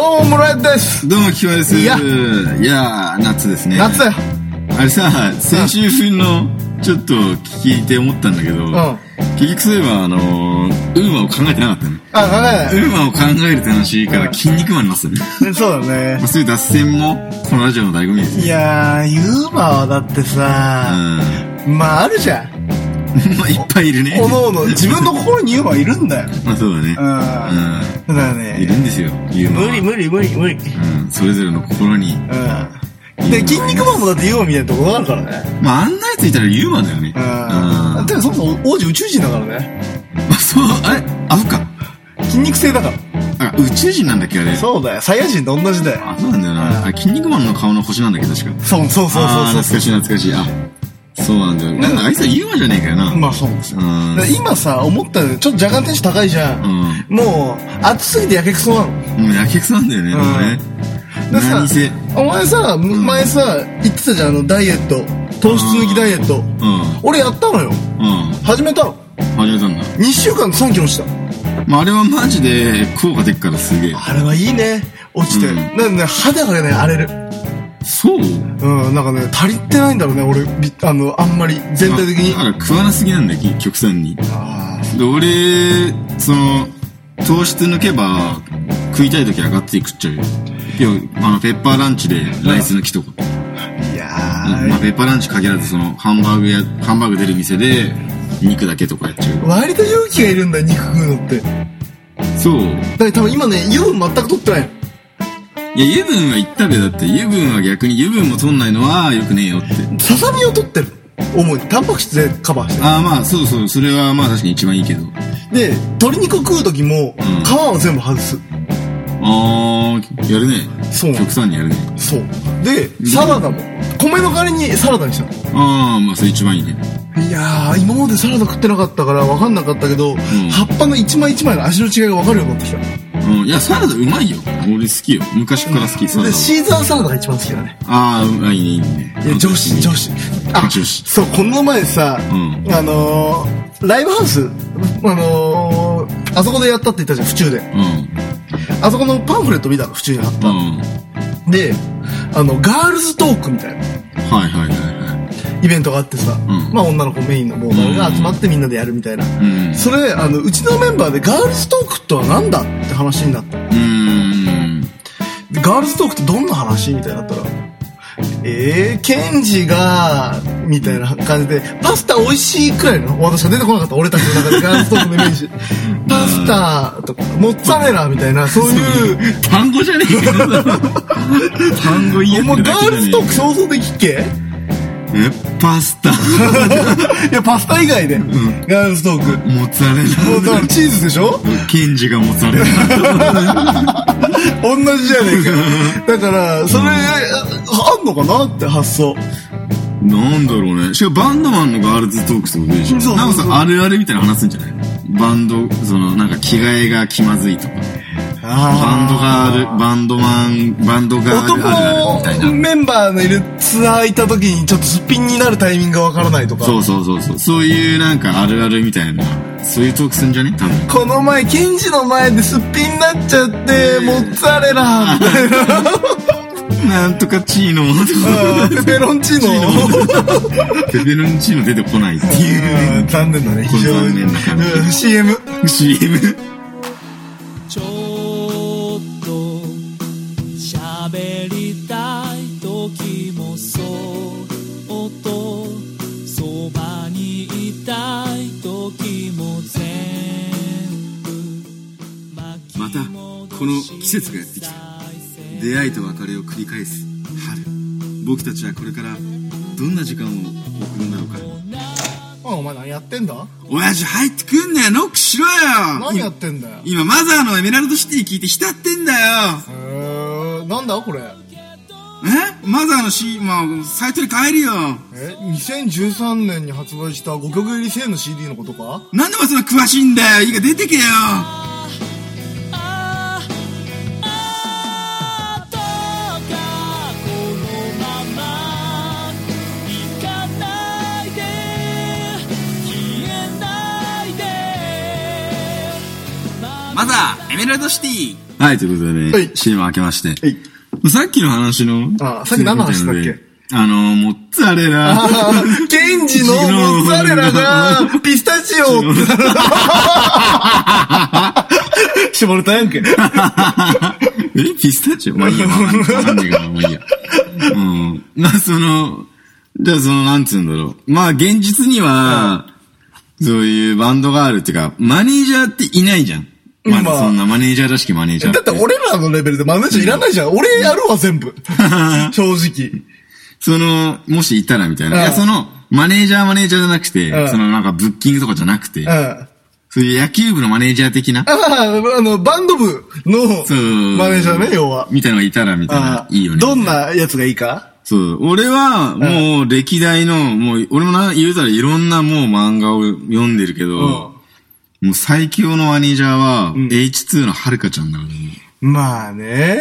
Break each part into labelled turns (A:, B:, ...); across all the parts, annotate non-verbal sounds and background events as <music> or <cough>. A: です。どうも、キワです。
B: い
A: い
B: や
A: やー、夏ですね。
B: 夏だよ。
A: あれさ、先週分の、ちょっと聞いて思ったんだけど、
B: うん。
A: 結局そういえば、あのー、ウーマを考えてなかったね。
B: あ、考えない
A: ウーマを考えるって話か
B: う
A: ら
B: ん
A: 筋肉マンになってたね。
B: ね。そうだ
A: ま
B: ね
A: あ。そういう脱線も、このラジオの醍醐味ですね。
B: いやー、ユーマはだって
A: うん。
B: さ、まああるじゃん。
A: まあ、いっぱいいるね。
B: おのおの、自分の心にユーマはいるんだよ。
A: まあ、そうだね。
B: うん。だから
A: うん。いる
B: ね、
A: んですよ、ユーマは
B: 無理無理無理無理。
A: うん。それぞれの心に。
B: うん。で、筋肉マンもだってユーマみたいなところあるからね。
A: まあ、あんなやついたらユーマだよね。
B: うん。でもそもそも王子宇宙人だからね。
A: まあ、そう、あれあ、そっか。
B: 筋肉性だから。
A: あ、宇宙人なんだっけ、あれ。
B: そうだよ。サイヤ人と同じだよ。
A: あ、そうなんだよな。あ、筋肉マンの顔の星なんだけど、確か。
B: そうそうそう
A: あ
B: そうそ
A: ー懐かしい懐かしい。あ、そうなんだよ。なんかあいつはユーマじゃねえかよな。
B: う。まあそうですよ。
A: うん
B: だから今さ、思ったよ。ちょっと若干テンション高いじゃん。
A: う
B: もう、暑すぎてやけくそなの。
A: ん。もうやけくそなんだよね、
B: うん
A: もうね。
B: でさ
A: 何せ。うん。
B: お前さ、前さ、言ってたじゃん、あの、ダイエット。糖質抜きダイエット。俺やったのよ。
A: うん。
B: 始めたの。
A: 始めたんだ。
B: 2週間で3キロ落ちた。
A: まあ、あれはマジで効果出っからすげえ。
B: あれはいいね。落ちて。
A: うん
B: なんかね、肌がね、荒れる。
A: そう
B: うん、なんかね、足りてないんだろうね、俺、びあの、あんまり、全体的に。
A: だから食わなすぎなんだよ、極端に。
B: あ
A: で俺、その、糖質抜けば、食いたい時はがっつり食っちゃうよ。今日、あの、ペッパーランチでライス抜きとか。
B: ーいや
A: まあ、ペッパーランチ限らず、その、ハンバーグや、ハンバーグ出る店で、肉だけとかやっちゃう
B: ー、
A: よ。
B: 割と勇気がいるんだよ、肉食うのって。だか
A: そう。
B: ら多分今ね、油分全く取ってないの。
A: いや、油分は言ったべ、だって。油分は逆に油分も取んないのは良くねえよって。
B: ささみを取ってる。主に、タンパク質でカバーしてる。
A: ああ、まあ、そうそう、それはまあ確かに一番いいけど。
B: で、鶏肉食う時も、
A: ん
B: 皮を全部外す。
A: あー、やるね。
B: そう
A: 極端にやるね。
B: そう。で、サラダも。米の代わりにサラダにしたの。
A: あー、まあそれ一番いいね。
B: いやー、今までサラダ食ってなかったから分かんなかったけど、葉っぱの一枚一枚の味の違いが分かるようになってきた。
A: うん、いや、サラダうまいよ。俺好きよ。昔から好き、サラ
B: で、
A: ダ。
B: シーザーサラダが一番好きだね。
A: あー、うまいね、いいね。
B: いや、女子、女子。あ、
A: 女子
B: そう、この前さ、
A: ん
B: あのー、ライブハウス、あのー、あそこでやったって言ったじゃん、府中で。
A: うん。
B: あそこのパンフレット見たの、府中にあっ
A: うん。
B: た。で、あの、ガールズトークみたいな。
A: はいはいはいはい。
B: イベントがあってさ、
A: ん
B: まあ女の子メインのボーダーが集まってみんなでやるみたいな、
A: ん
B: それあのうちのメンバーでガールズトークとは何だって話になって
A: うーん。
B: でガールズトークってどんな話みたいになったらえー、ケンジがみたいな感じでパスタ美味しいくらいの私は出てこなかった俺たちの中でガールズトークのイメージパスタとかモッツァレラみたいな <laughs> そういう
A: 単語じゃねえかよ単語言いや
B: もうガールズトーク想像できっけ
A: え、パスタ、
B: いやパスタ以外で、ガールズトーク
A: モッツァレ
B: もうだからチーズでしょ
A: ラ、ケンジがモッツァレラ。
B: 同じじゃねえか。だから、それ、あんのかなって発想。
A: なんだろうね。しかもバンドマンのガールズトークってことでしょ。
B: そうそうそう
A: なんかさ、あるあるみたいなの話すんじゃないバンド、その、なんか着替えが気まずいとか。バンドがある、バンドマン、バンドがあるあるあるみたい
B: 男
A: な。
B: メンバーのいるツアー行った時にちょっとすっぴんになるタイミングがわからないとか。
A: そうそうそうそう。そういうなんかあるあるみたいな、そういうトークすんじゃね多分。
B: この前、ケンジの前ですっぴんになっちゃって、モッツァレラみたい
A: なんとかチーノもとか。
B: な、ペロン
A: <laughs>
B: チーノ。
A: ペペロンチーノ出てこないっていうね。
B: うん残念だね、
A: こ
B: 非
A: れ
B: 常
A: 残
B: に。
A: 念な感じ
B: うん CM。
A: CM。
C: ちょっと喋りたい時もそっとそばにいたい時も全部
A: またこの季節がやってきた出会いと別れを繰り返す春僕たちはこれからどんな時間を送るんだろうか
B: あお前何やってんだ
A: 親父入ってくんなよノックしろよ
B: 何やってんだよ。
A: 今マザーのエメラルドシティ聞いて浸ってんだよ
B: えー、なんだこれ。
A: えマザーのシーン、まあ、サイトに帰るよ
B: え2013年に発売した5曲入り1000の CD のことか
A: なんでお前そんな詳しいんだよいいから出てけよ
C: ああどうかこのまま行かないで消えないで
A: マザーエメラルドシティはい、ということでね、
B: はい
A: CM 明けまして
B: はい
A: さっきの話の。
B: あさっき何の話だっけ
A: あの、モッツァレ
B: あ
A: ラ。
B: ーケンジのモッツァレラ
A: <laughs>
B: が、ピスタチオってなる。 <laughs> 絞れたやん
A: <laughs>
B: け。
A: えピスタチオまあいい
B: <laughs>
A: や、わかんないわかんないから、まあいいや。うん。まあその、じゃあその、なんつうんだろう。まあ現実には、そういうバンドガールっていうか、マネージャーっていないじゃん。ま
B: まあ
A: だそんなマネージャーらしきマネージャー
B: だって俺らのレベルでマネージャーいらないじゃん。俺やるわ、全
A: <laughs>
B: 部。正直。
A: その、もしいたらみたいな。い
B: うん
A: や、その、マネージャーマネージャーじゃなくて、
B: うん
A: そのなんかブッキングとかじゃなくて、
B: うん。あ
A: そういう野球部のマネージャー的な、
B: あ、あの、バンド部の
A: そう、
B: マネージャーね、要は。
A: みたいなのがいたらみたいな
B: あ、あ
A: いいよね。
B: どんなやつがいいか
A: そう。俺は、もう、歴代の、もう、俺もな、言うたらいろんなもう漫画を読んでるけど、もう最強のマネージャーは、H2 のはるかちゃんだからね。
B: まあね。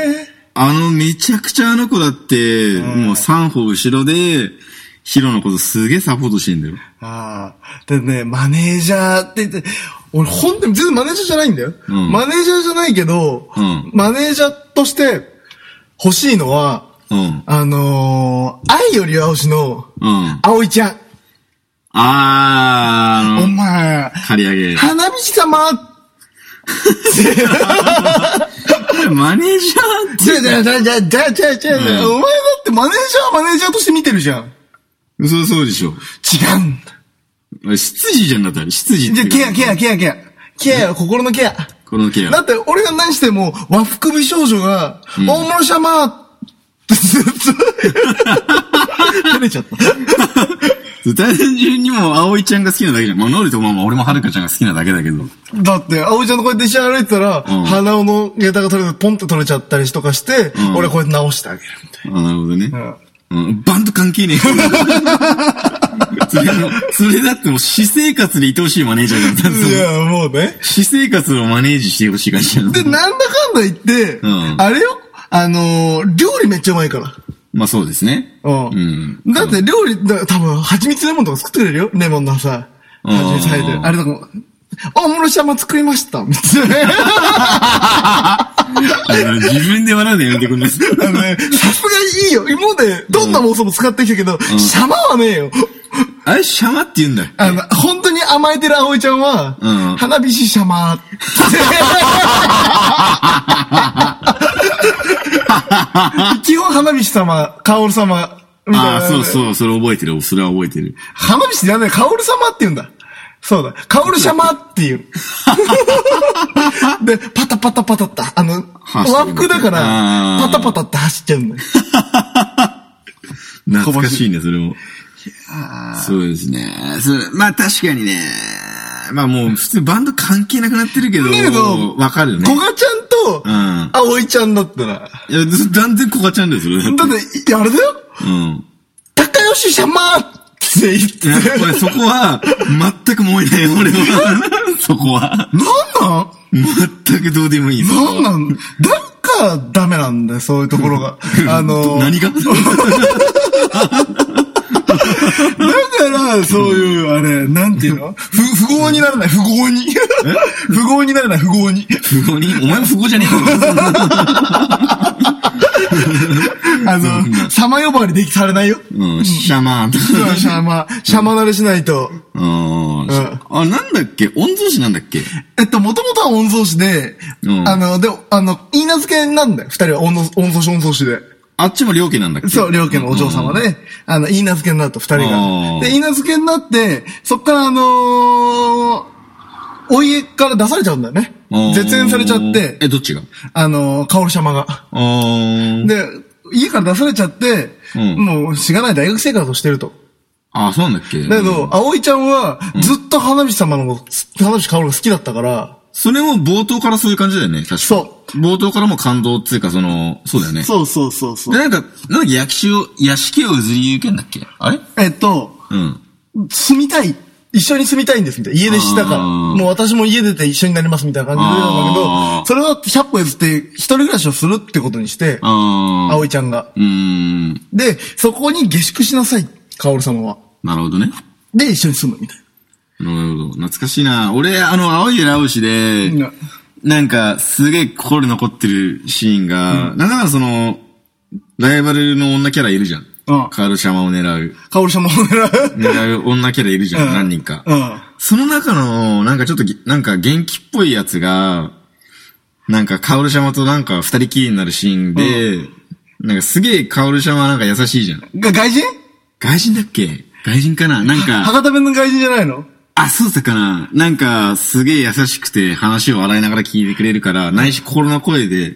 A: あの、めちゃくちゃあの子だって、もう3歩後ろで、ヒロのことすげえサポートしてんだよ。
B: ああ。でね、マネージャーって言って、俺本当に全然マネージャーじゃないんだよ。
A: うん
B: マネージャーじゃないけど、
A: うん
B: マネージャーとして欲しいのは、
A: うん。
B: あのー、愛よりは星の、
A: うん。
B: 葵ちゃん。
A: あー、あ
B: お
A: の、
B: 前、
A: 刈り上
B: <laughs>
A: げ。
B: 花道様
A: マネージャー
B: じゃじゃじゃじゃじゃじゃじゃお前だってマネージャーはマネージャーとして見てるじゃん。違
A: そうそうでしょ。
B: うんだ。
A: 執事じゃんだったら、執事っ
B: じ
A: て
B: ゃ
A: い
B: あ
A: うか。
B: ケアケアケアケア。ケアよ、心のケア。
A: このケア。
B: だって、俺が何しても、和服美少女が、大物様ってずっと、照れちゃった。
A: 単純にもう、葵ちゃんが好きなだけじゃん。まあ、ノリとママ、俺もはるかちゃんが好きなだけだけど。
B: だって、葵ちゃんとこうやって一緒に歩いてたら、
A: ん
B: 鼻緒の下駄が取れて、ポンって取れちゃったりとかして、
A: ん
B: 俺はこうやって直してあげるみたい
A: あなるほどね。
B: な。
A: うん。バンド関係ねえ。それも、それだってもう、私生活で愛おしいマネージャーだったん
B: い
A: ですよ。
B: や、もうね。
A: 私生活をマネージしてほしい感じなの
B: で、なんだかんだ言って、
A: うん
B: あれよあのー料理めっちゃうまいから。
A: まあそうですね。うん。
B: だって料理、だ多分、蜂蜜レモンとか作ってくれるよレモンのさ、
A: うん
B: 蜂蜜入ってる。あれとかも、あ、もろしま作りました。みたいな。
A: あの自分で笑うのやめてくんない
B: <laughs> あのね、さすがいいよ。今までどんな妄想も使ってきたけど、シャマはねえよ。
A: あれ、シャマって言うんだ。
B: あの、本当に甘えてる葵ちゃんは、
A: うん
B: 花火師シャ
A: <laughs>
B: マって。基本花火師様、カオル様、みたいな。
A: ああ、そうそう、それ覚えてる。それは覚えてる。
B: 花火師じゃない、カオル様って言うんだ。そうだ、カオル様って
A: <laughs>
B: 言う。で、パタパタパタって、あの、
A: 走って
B: 和
A: る
B: 服だから、
A: あ
B: パ
A: ー
B: タパタって走っちゃうんだよ。
A: 懐かしいね、それも。そうですね。それまあ確かにね。まあもう普通バンド関係なくなってるけど。
B: 見ると
A: わかるよね
B: コ。ガち
A: う
B: ゃんと、
A: ん。
B: 葵ちゃんだったら、だっ、
A: いや、断然こがちゃんだよ、それ。だって
B: いやあれだよ、
A: うん。
B: 高吉様って言って
A: いや、俺そこは、全く燃えない、俺は。 <laughs> そこは。
B: なん
A: 全くどうでもいい。そこ
B: なん
A: は
B: なんなんだからダメなんだよ、そういうところ
A: <laughs>
B: が。あの、だ
A: 何が
B: から、そういう、あれ、なんていうの不、不合にならない、不合に。 <laughs> 不合にならない、不合に。
A: 不合にお前も不合じゃねえ <laughs> か。
B: あの、様呼ばわりできされないよ。
A: うん、シャマーンとか。
B: シャマ、シャマ慣れしないと。
A: うん。あ、なんだっけ御曹司なんだっけ
B: えっと、もともとは御曹司で、
A: うん
B: あの、で、あの、言い名付けなんだよ。二人は御の御曹司、御曹司で。
A: あっちも両家なんだっけ
B: そう、両家のお嬢様ね。あの、言い名付けになった、二人
A: あ
B: が。
A: ー
B: で、言い名付けになって、そっからあのー、お家から出されちゃうんだよね
A: うん。
B: 絶縁されちゃって
A: え、、どっちが
B: あのー、カオル様が。
A: あー
B: で、家から出されちゃって、
A: うん
B: もう、しがない大学生活をしてると。
A: あ、そうなんだっけ
B: だけど、葵ちゃんは、ずっと花火師様の、花火師カオルが好きだったから、
A: それも冒頭からそういう感じだよね、確か
B: そ
A: 冒頭からも感動っていうか、その、そうだよね。
B: そうそうそうそ
A: で、
B: う。
A: なんか、なんか、役所を、屋敷を譲り受けんだっけあれ
B: えっと、
A: うん。
B: 住みたい。一緒に住みたいんですみたいな。家出したから。
A: あー
B: もう私も家出て一緒になりますみたいな感じで言うんだけ
A: あ
B: ど、
A: ー
B: それは100歩譲って一人暮らしをするってことにして、
A: ああ。
B: 葵ちゃんが。
A: うーん。
B: で、そこに下宿しなさい、カオル様は。
A: なるほどね。
B: で、一緒に住むみたい
A: なるほど。懐かしいな。俺、あの、青いラウシで
B: な。、
A: なんか、すげえ心に残ってるシーンが、なんだかその、ライバルの女キャラいるじゃん。
B: うん
A: カールシャマを狙う。
B: カオルシャも狙う。
A: 狙う女キャラいるじゃん、
B: うん
A: 何人か。
B: うん。
A: その中の、なんかちょっとぎ、なんか元気っぽいやつが、なんかカオルシャマとなんか二人きりになるシーンで、なんかすげえカオルシャマなんか優しいじゃん。
B: が、外人
A: 外人だっけ外人かななんか、
B: 博多弁の外人じゃないの
A: あ、そうだったかななんか、すげえ優しくて話を笑いながら聞いてくれるから、ないし心の声で、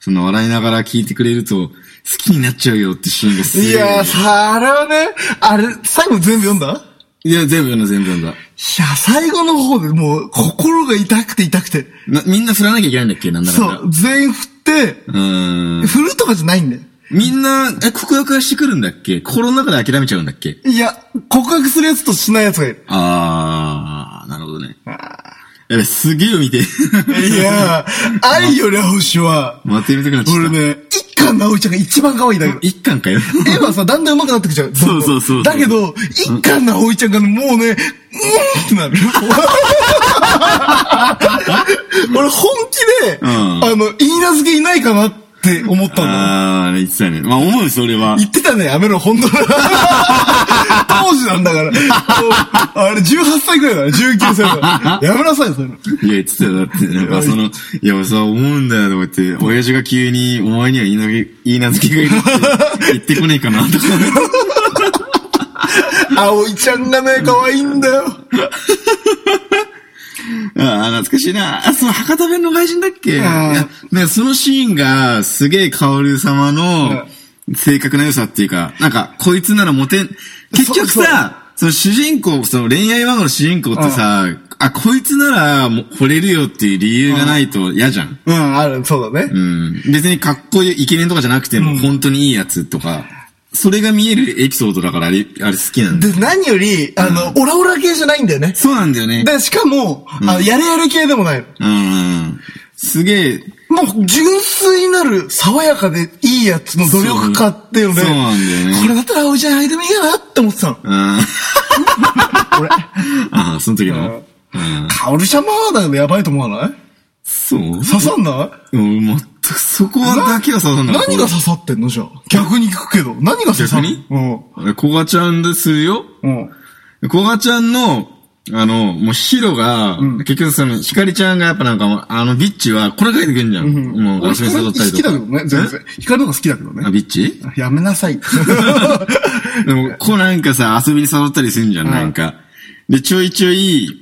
A: その笑いながら聞いてくれると、好きになっちゃうよってシーンがすげえ。
B: いやー、さあれはね、あれ、最後全部読んだ
A: いや、全部読んだ、全部読んだ。
B: いや、最後の方でもう、心が痛くて痛くて。
A: な、みんな振らなきゃいけないんだっけなんだかん
B: そ
A: だ。
B: う、全員振って、
A: うーん。
B: 振るとかじゃないんだよ。
A: みんな、え、告白はしてくるんだっけ心の中で諦めちゃうんだっけ
B: いや、告白するやつとしないやつがいる。
A: あー、なるほどね。やべ、すげえ見て。
B: い
A: <laughs>
B: やー、愛より星は、
A: 待ってみたくなっちゃった。
B: 俺ね、一巻直ちゃんが一番可愛いんだけど。
A: 一巻かよ。 <laughs>
B: 絵はさ、だんだん上手くなってきちゃう。
A: そうそうそう
B: だけど、一巻の葵ちゃんがねもうね、うーんって
A: <laughs>
B: なる。俺本気で、
A: ん
B: あの、いいなずけいないかなって思ったの。
A: あー、言ってたね。まあ、思うそれは。
B: 言ってたね、やめろ、本当
A: <laughs>
B: だ。当時なんだから。もうあれ、18歳くらいだね、19歳だから。やめなさいよ、そういうの。
A: いや、言ってたよ。だって、なんかその、いや、さ、思うんだよ、とか言って、親父が急に、お前には言いなげ、言いなずけがいるって言ってこねえかな、とか。
B: 葵ちゃんがね、可愛いんだよ。
A: ああ、懐かしいな。あ、その博多弁の外人だっけい
B: ああ
A: や、ね、そのシーンが、すげえ薫様の、性格の良さっていうか、なんか、こいつならモテん、結局さ、その主人公、その恋愛漫画の主人公ってさ、あ、こいつならもう惚れるよっていう理由がないと嫌じゃん。
B: うん、ある、そうだね
A: う。ん。別にかっこいいイケメンとかじゃなくても、本当にいいやつとか、それが見えるエピソードだから、あれ、あれ好きなんだよ。
B: で、何より、あの、オラオラ系じゃないんだよね。
A: そうなんだよね。
B: で、しかも、あやれやれ系でもないの。
A: うん。すげえ、
B: もう、純粋なる、爽やかでいいやつの努力家っていうので、
A: そうなんだよね
B: これだったら、おじゃん、いでもいいかなって思ってたの。
A: <laughs> うん。
B: 俺、
A: ああ、その時の。うん。
B: カオルシャマーだけどやばいと思わない
A: そう
B: 刺さんない
A: うん、全くそこだけは刺さんなかった。
B: 何が刺さってんのじゃあ。逆に聞くけど。何が刺さ
A: 逆
B: る
A: に
B: うん。
A: 俺コガちゃんですよ。
B: うん。
A: コガちゃんの、あの、もうヒロが、結局その、ヒカリちゃんがやっぱなんかもう、あの、ビッチは、これ書いてくるんじゃん。もう、
B: 俺、
A: ガス
B: 光
A: に誘
B: 好
A: ったりと
B: き
A: か。
B: だけどね、全然。光の方が好きだけど
A: えあ、
B: ね。
A: ビッチ
B: やめなさい。
A: <laughs> でも、こうなんかさ、遊びに誘ったりするんじゃん、なんか。で、ちょいちょい、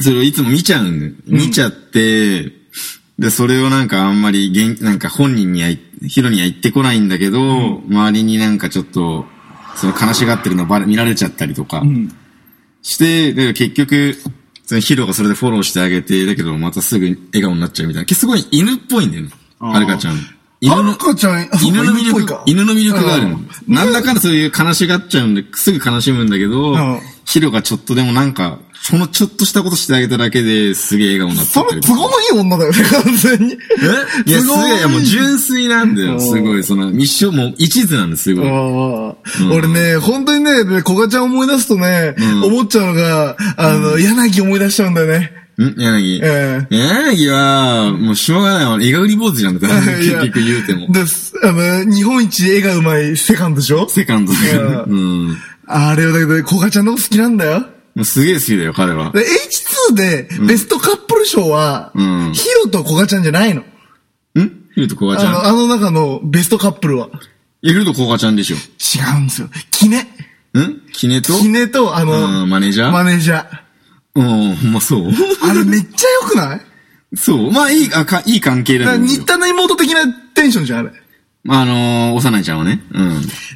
A: それをいつも見ちゃうんだよ見ちゃって、で、それをなんかあんまりげん、なんか本人には言、ヒロには言ってこないんだけど、周りになんかちょっと、その悲しがってるのばれ見られちゃったりとか、して、で結局、そのヒロがそれでフォローしてあげて、だけどまたすぐ笑顔になっちゃうみたいな。すごい犬っぽいんだよね、
B: ー
A: はるかちゃん。犬
B: 犬
A: の
B: の、ちゃん、あそう
A: 犬
B: か
A: の
B: 犬っぽ
A: 魅
B: いか
A: 力、犬の魅力があるの
B: うん。
A: なんだかんだそういう悲しがっちゃうんで、すぐ悲しむんだけど
B: ん、
A: ヒロがちょっとでもなんか、そのちょっとしたことしてあげただけですげえ笑顔になって
B: そ
A: た
B: れ、
A: り
B: 都
A: とか
B: 合のいい女だよね、完全に。
A: えいや、す
B: 都合のいい
A: げえ、もう純粋なんだよ、すごい。その、一生もう一途なんです、すごい。
B: うん俺ね、本当にね、で古賀ちゃん思い出すとね、
A: ん
B: 思っちゃうのが、あの、柳思い出しちゃうんだよね。
A: ん柳。
B: え
A: 柳は、もうしょうがないわ。伊賀売り坊主なんだから、
B: いや
A: 結局言うても。
B: で、あの、日本一絵がうまいセカンドでしょ
A: セカンドだから。
B: う
A: うん。も
B: あれはだけど、古賀ちゃんのこと好きなんだよ。
A: うすげえ好きだよ、彼は。
B: で H2 で、ベストカップル賞は、
A: うん
B: ヒロと古賀ちゃんじゃないの。
A: んヒロとコガ
B: あ
A: ちゃん。
B: の、あの中のベストカップルは。
A: いやヒロとコガちゃんでしょ。
B: 違うんですよ。キネ。
A: んキネと
B: キネと、あの、
A: うんマネージャー
B: マネージャー。
A: うん、ほんまそう。 <laughs>
B: あれめっちゃ良くない
A: そう。まあ、いい、あ、か、いい関係だ
B: だから
A: と思うよ
B: 新田の妹的なテンションじゃん、あれ。
A: あのー、幼いちゃんはね。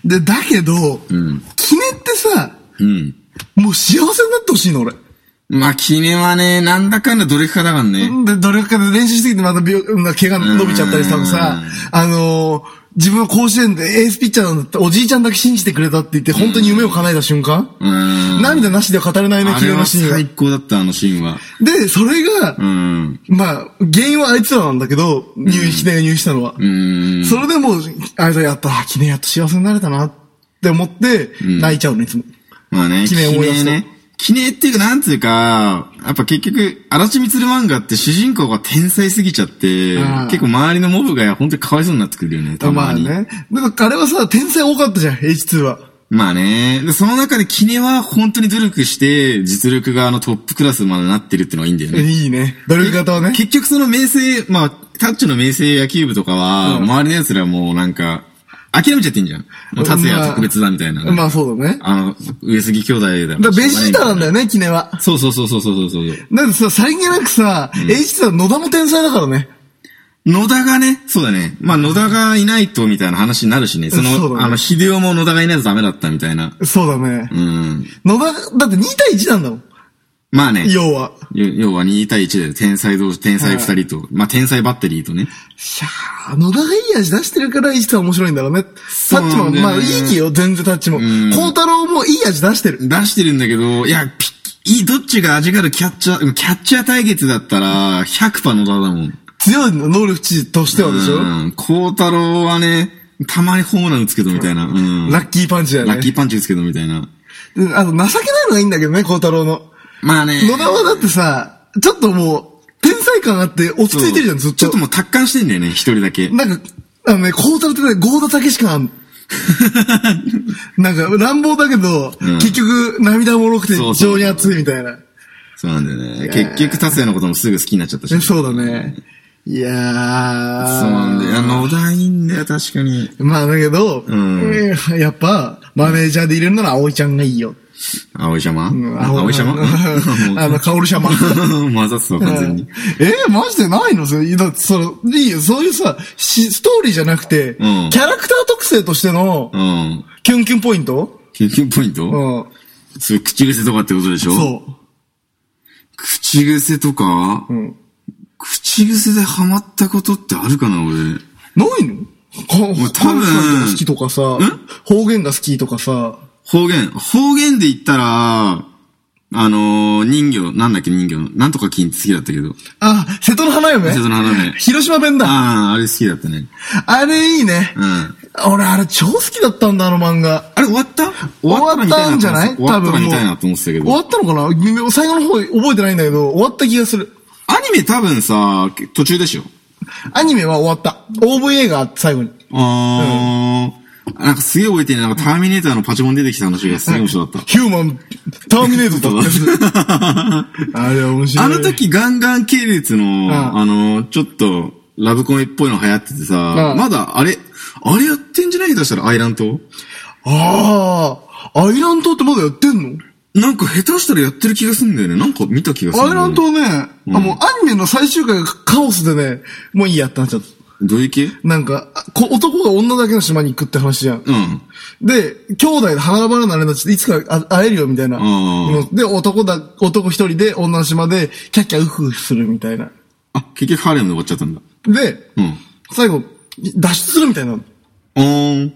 A: う
B: で、だけど、
A: ん
B: キネってさ、
A: ん。うん。
B: もう幸せになってほしいの、俺。
A: まあ、キネはね、なんだかんだ努力家だからね。
B: で、努力家で練習してきてまた病、な怪我伸びちゃったりしたのさ、あのー自分は甲子園でエースピッチャーなんだって、おじいちゃんだけ信じてくれたって言って、本当に夢を叶えた瞬間、
A: うーん。
B: 涙なしでは語れないね、
A: あれ
B: 昨日
A: は
B: のシーンが
A: 最。高だった、あのシーンは。
B: で、それが、
A: うん。
B: まあ、原因はあいつらなんだけど、入院、ひねが入院したのは。
A: うーん。
B: それでもう、あれだ、やった、あ記念やっと幸せになれたなって思って、泣いちゃうの、いつも。
A: まあね、
B: 記
A: 記
B: 念
A: 念
B: 思い出すと
A: ね。記念っていうか、なんつうか、やっぱ結局、足立みつる漫画って主人公が天才すぎちゃって
B: うん、
A: 結構周りのモブが本当にかわいそうになってくるよね、た
B: ま
A: ま
B: あ
A: に。
B: ね。なんかあれはさ、天才多かったじゃん、H2 は。
A: まあね。でその中でキネは本当に努力して、実力があのトップクラスまでなってるってのがいいんだよね。
B: いいね。努力型はね。
A: 結局その名声、まあ、タッチの名声野球部とかは、
B: うん
A: 周りの奴らもうなんか、諦めちゃってんじゃん。もう達也は特別だみたいな。
B: まあそうだね。
A: あの、上杉兄弟だ。
B: だからベジータなんだよね、キネは。
A: そうそうそうそうそうそうそう。
B: だってさ、さりげなくさ、H2 は野田も天才だからね。
A: 野田がね、そうだね。まあ野田がいないとみたいな話になるしね。その、
B: そうだね
A: あの、秀夫も野田がいないとダメだったみたいな。
B: そうだね
A: う。ん。
B: 野田、だって2対1なんだもん。
A: まあね。
B: 要は。
A: よ要は2対1で天才同士、天才2人と、まあ天才バッテリーとね。
B: いやー、野田がいい味出してるから H2 は面白いんだろうね。タ
A: う
B: ッチ
A: な
B: も、
A: んだよ
B: ま
A: ね
B: あいい気よ、全然タッチも。
A: ん
B: 孝太郎もいい味出してる。
A: 出してるんだけど、いや、ピいい、どっちが味があるキャッチャー、キャッチャー対決だったら、100%野田だもん。
B: 強いの、能力値としてはでしょ、
A: うん。孝太郎はね、たまにホームラン打つけどみたいな。うん。
B: ラッキーパンチだよね。
A: ラッキーパンチ打つけどみたいな。
B: うんあと情けないのがいいんだけどね、孝太郎の。
A: まあね。
B: 野田はだってさ、ちょっともう、天才感あって落ち着いてるじゃん、ずっと。
A: ちょっともう達観してんだよね、一人だけ。
B: なんか、あのね、孝太郎ってね、ゴーダ武しかあん
A: <laughs>
B: のなんか、乱暴だけど、
A: うん
B: 結局、涙もろくて、
A: そ
B: 非
A: うそ
B: 常
A: う
B: に熱いみたいな。
A: そうなんだよね。結局、達也のこともすぐ好きになっちゃったし。
B: え
A: そう
B: そうだね。いやー。
A: なんだよ。あの、野田いいんだよ、確かに。
B: まあだけど、
A: ん
B: えーやっぱ、マネージャーでいれるなら葵ちゃんがいいよ。
A: 葵様
B: うん
A: 葵様
B: <laughs>
A: <laughs>
B: あの、カオルシャマ。
A: 混ざってたわ、完全に。
B: えー、マジでないのそれ、だってその、いいよ、そういうさ、しストーリーじゃなくて、
A: ん
B: キャラクター特性としての
A: う、ん。
B: キュンキュンポイント
A: 経験ポイン
B: う
A: ト
B: ん。
A: そういう口癖とかってことでしょ
B: そう。
A: 口癖とか
B: ん
A: 口癖でハマったことってあるかな、俺。
B: ないのか、方言
A: 多分
B: が好きとかさ、方言が好きとかさ、
A: 方言。方言で言ったら、あのー、人形、なんだっけ人形。なんとか金って好きだったけど。
B: あ、瀬戸の花嫁
A: 瀬戸の花
B: <laughs>
A: 嫁
B: 広島弁だ。
A: ああ、あれ好きだったね。
B: あれいいね
A: う。ん。
B: 俺、あれ超好きだったんだ、あの漫画。
A: あれ終わった
B: 終わったんじゃない
A: 終わった
B: 多分
A: ら
B: も
A: 見
B: う
A: たいなと思ってたけ
B: 終わ
A: ど。
B: ったのかなうん最後の方覚えてないんだけど、終わった気がする。
A: アニメ多分さ、途中でしょ
B: アニメは終わった。OVA があって最後に。
A: あー、なんかすげえ覚えてるね。なんかターミネーターのパチモン出てきた話がすげえ面白かっ
B: ヒューマン、ターミネートだった。
A: <laughs>
B: あれは面
A: た。
B: 白い。
A: あの時ガンガン系列の、
B: ん
A: あの、ちょっと、ラブコメっぽいの流行っててさ、
B: うん
A: まだあれ、あれやってんじゃない下手したらアイラン島
B: ああ、アイラン島ってまだやってんの
A: なんか下手したらやってる気がすんだよね。なんか見た気がする、
B: アイラン島ね、あ、もうアニメの最終回がカオスでね、もういいやってなっちゃった。
A: どういう系
B: なんか、あこ男が女だけの島に行くって話じゃん。
A: うん。
B: で、兄弟で離れ離れになっちゃって、いつかあ会えるよみたいな。
A: ん
B: で、男だ、男一人で女の島で、キャッキャウフウフするみたいな。
A: あ、結局ハーレムで終わっちゃったんだ。
B: で、
A: うん。
B: 最後、脱出するみたいなの。
A: おーん。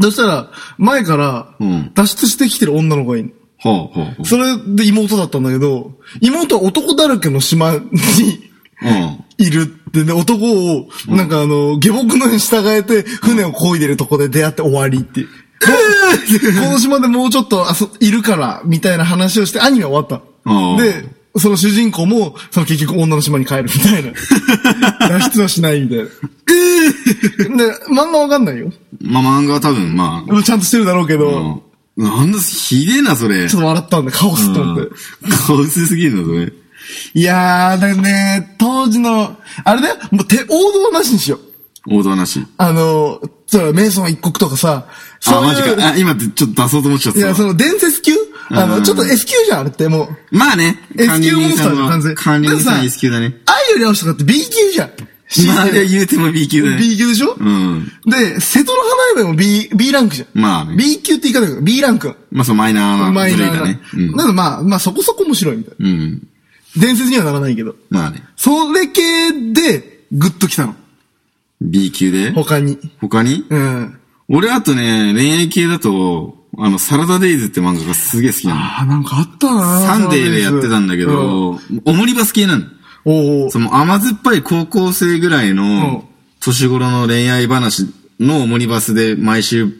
B: そしたら、前から
A: うん、
B: 脱出してきてる女の子がいる。
A: はあ、はあ、はあ。
B: それで妹だったんだけど、妹は男だらけの島に <laughs>
A: うん。
B: いるってね、男を、なんかあの、下僕のに従えて、船を漕いでるとこで出会って終わりっていう。この島でもうちょっとあそいるから、みたいな話をして、アニメは終わ
A: あ
B: っ
A: あ
B: た。で、その主人公も、その結局女の島に帰るみたいな。
A: <laughs>
B: 脱出はしないみたいな。で、漫画わかんないよ。
A: まあ、漫画は多分、まあ、
B: ちゃんとしてるだろうけど、
A: うん。なんだ、ひでえな、それ。
B: ちょっと笑ったんだ、カオスと思って。
A: 顔薄すぎるな、それ。
B: いやー、だからね、当時の、あれだよ、もう手、王道なしにしよう。
A: 大人なし。
B: あの、その、メイソン一国とかさ、
A: あ、
B: そう
A: マジ
B: いう、
A: か。あ、今ってちょっと出そうと思っちゃっ
B: いや、
A: た
B: そ。の伝説級あ
A: う
B: の、
A: ん
B: ちょっと S 級じゃん、あれってもう。
A: まあね。
B: S 級モンスターじゃん、完全に。
A: 管理人さん
B: だって
A: S 級だね。
B: ああいうりしとかって B 級じゃん。
A: まあ、
B: 強いて
A: 言うても B 級だね。
B: B 級でしょ
A: うん。
B: で、瀬戸の花嫁も B、B ランクじゃん。
A: まあね
B: B 級って言い方だけど、B ランク。
A: まあ、そう、マイナーな
B: マイ
A: 部類
B: ナー
A: だね。
B: な。なのでまあ、まあそこそこ面白いみたいな。
A: うん。うん。
B: 伝説にはならないけど。
A: まあね。
B: それ系で、グッときたの。
A: B 級で。
B: 他に。
A: 他に
B: うん。
A: 俺、あとね、恋愛系だと、あの、サラダデイズって漫画がすげえ好きなの。
B: ああ、なんかあったな
A: サンデーでやってたんだけ
B: うん
A: ど、オムニバス系なの。
B: おうおう
A: その甘酸っぱい高校生ぐらい
B: うん
A: の年頃の恋愛話のオモニバスで毎週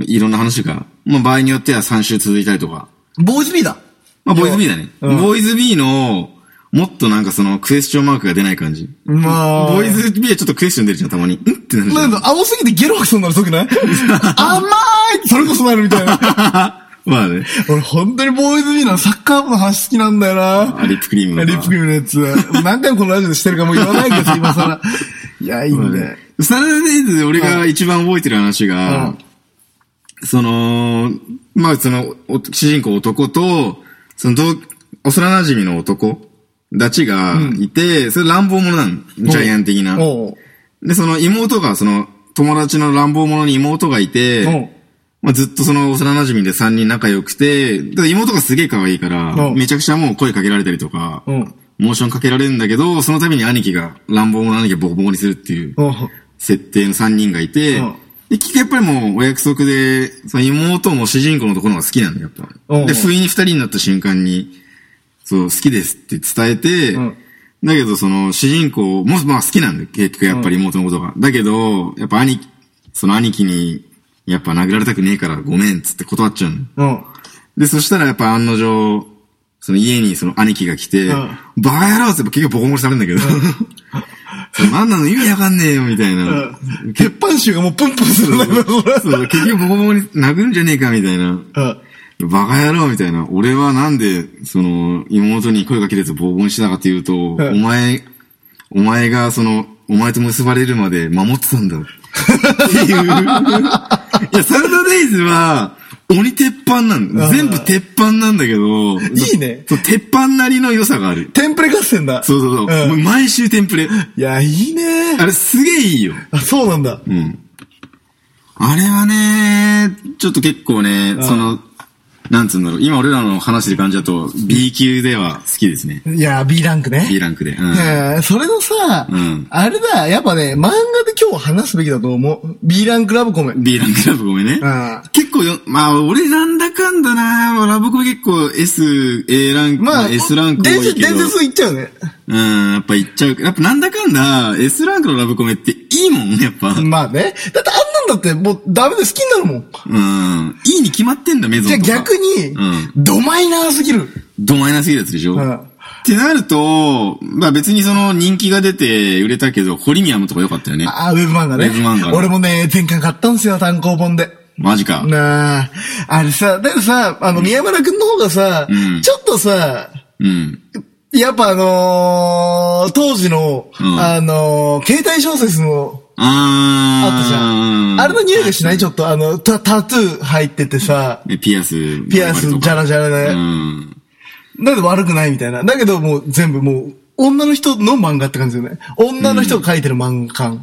A: いろんな話が、まあ場合によっては3週続いたりとか。
B: ボーイズビーだ。
A: まあ、ボーイズ B だね。
B: うん
A: ボーイズ B の、もっとなんかその、クエスチョンマークが出ない感じ。
B: まあ。
A: ボーイズ B はちょっとクエスチョン出るじゃん、たまに。んってなるじゃ
B: なん
A: ん。
B: だ、青すぎてゲロ吐きそうになる、そうくない甘いってそれこそなるみたいな。
A: <laughs>
B: <laughs>
A: まあね。
B: 俺本当にボーイズビーのサッカー部の話好きなんだよな。
A: あリップクリームの
B: リップクリームのやつ。何回もこのラジオでしてるかもう言わないけど、今更。いや、いいんだよ。
A: サラダデイズで俺が一番覚えてる話が、
B: うん
A: その、まあその、お主人公男と、その同、幼馴染の男、たちがいて、それ乱暴者なの。ジャイアン的な。
B: おう
A: で、その妹が、その、友達の乱暴者に妹がい
B: お
A: て
B: う、
A: まあ、ずっとその幼馴染で3人仲良くて、ただ妹がすげえ可愛いから、
B: うん
A: めちゃくちゃもう声かけられたりとか、
B: うん
A: モーションかけられるんだけど、その度に兄貴が乱暴者の兄貴をボコボコにするっていう。
B: おう
A: 設定の3人がいて、
B: うん
A: で、結局やっぱりもうお約束で、その妹も主人公のところが好きなんだよ、やっ
B: うんう
A: ぱ。
B: ん
A: で、不意に2人になった瞬間に、そう、好きですって伝えて、
B: うん
A: だけどその主人公も、まあ好きなんだよ、結局やっぱり妹のことが。だけど、やっぱ兄貴、その兄貴に、やっぱ殴られたくねえからごめんっつって断っちゃうの。
B: うん。
A: で、そしたらやっぱ案の定、その家にその兄貴が来て、
B: うん
A: バカ野郎って結局ボコボコにされるんだけど、 <laughs> そうなんなの意味わかんねえよ、みたいな。
B: 鉄板臭が <laughs> もうプンプンするんだけど、これ。
A: そう、結局ボコボコに殴るんじゃねえか、みたいな。
B: うん
A: バカ野郎、みたいな。俺はなんで、その、妹に声かけるとボコボコにしたかというと、
B: ん
A: お前、お前が、その、お前と結ばれるまで守ってたんだ。っていう。いや、サルダデイズは、鬼鉄板なんだ。全部鉄板なんだけど。
B: いいね
A: そう、鉄板なりの良さがある。
B: テンプレ合戦だ。。
A: そうそうそう。もうん毎週テンプ
B: い
A: レ。
B: や、いいね
A: あれすげえいいよ。
B: あ、そうなんだ。
A: うん。あれはね、ちょっと結構ね、
B: ん
A: その、なんつうんだろう、今俺らの話してる感じだと、B 級では好きですね。
B: いや、B ランクね。
A: B ランクで。うん。
B: ねえそれのさ、
A: うん
B: あれだ、やっぱね、漫画で今日話すべきだと思う。B ランクラブコメ。
A: B ランクラブごめんね
B: うん。
A: 結構よ、まあ、俺なんだかんだなラブコメ結構 S、A ランク、
B: まあ、
A: S ランク
B: 伝
A: 多い
B: 説、
A: けど
B: 伝。説いっちゃうね。
A: うん、やっぱ言っちゃう。やっぱなんだかんだ、S ランクのラブコメっていいもんね、やっぱ。うん。
B: まあね。だってあんなんだってもうダメで好きになるもん。
A: いいに決まってんだ、メゾン
B: じゃあ
A: と
B: 逆
A: か。
B: に、
A: う
B: ドマイナーすぎる。
A: ドマイナすぎるやつでしょ、
B: うん
A: ってなると、まあ別にその人気が出て売れたけど、ホリミアムとか良かったよね。
B: ああ、ウェブ漫画ね。
A: ウェブ漫画ね
B: 俺もね、全巻買ったんですよ、単行本で。
A: マジか。
B: なあ、あれさ、だけどさ、あの、宮村くんの方がさ、
A: うん
B: ちょっとさ、
A: うん。
B: やっぱあのー当時の、
A: うん
B: あのー携帯小説の
A: あー。
B: あったじゃん。あれの匂いがしないちょっと、あの、タ、タトゥー入っててさ、
A: えピアス。
B: ピアス、
A: と
B: ジ
A: か
B: ャラジャラ
A: う
B: で、
A: ん。
B: なんで悪くないみたいな。だけどもう全部もう、女の人の漫画って感じだよね。女の人が書いてる漫画。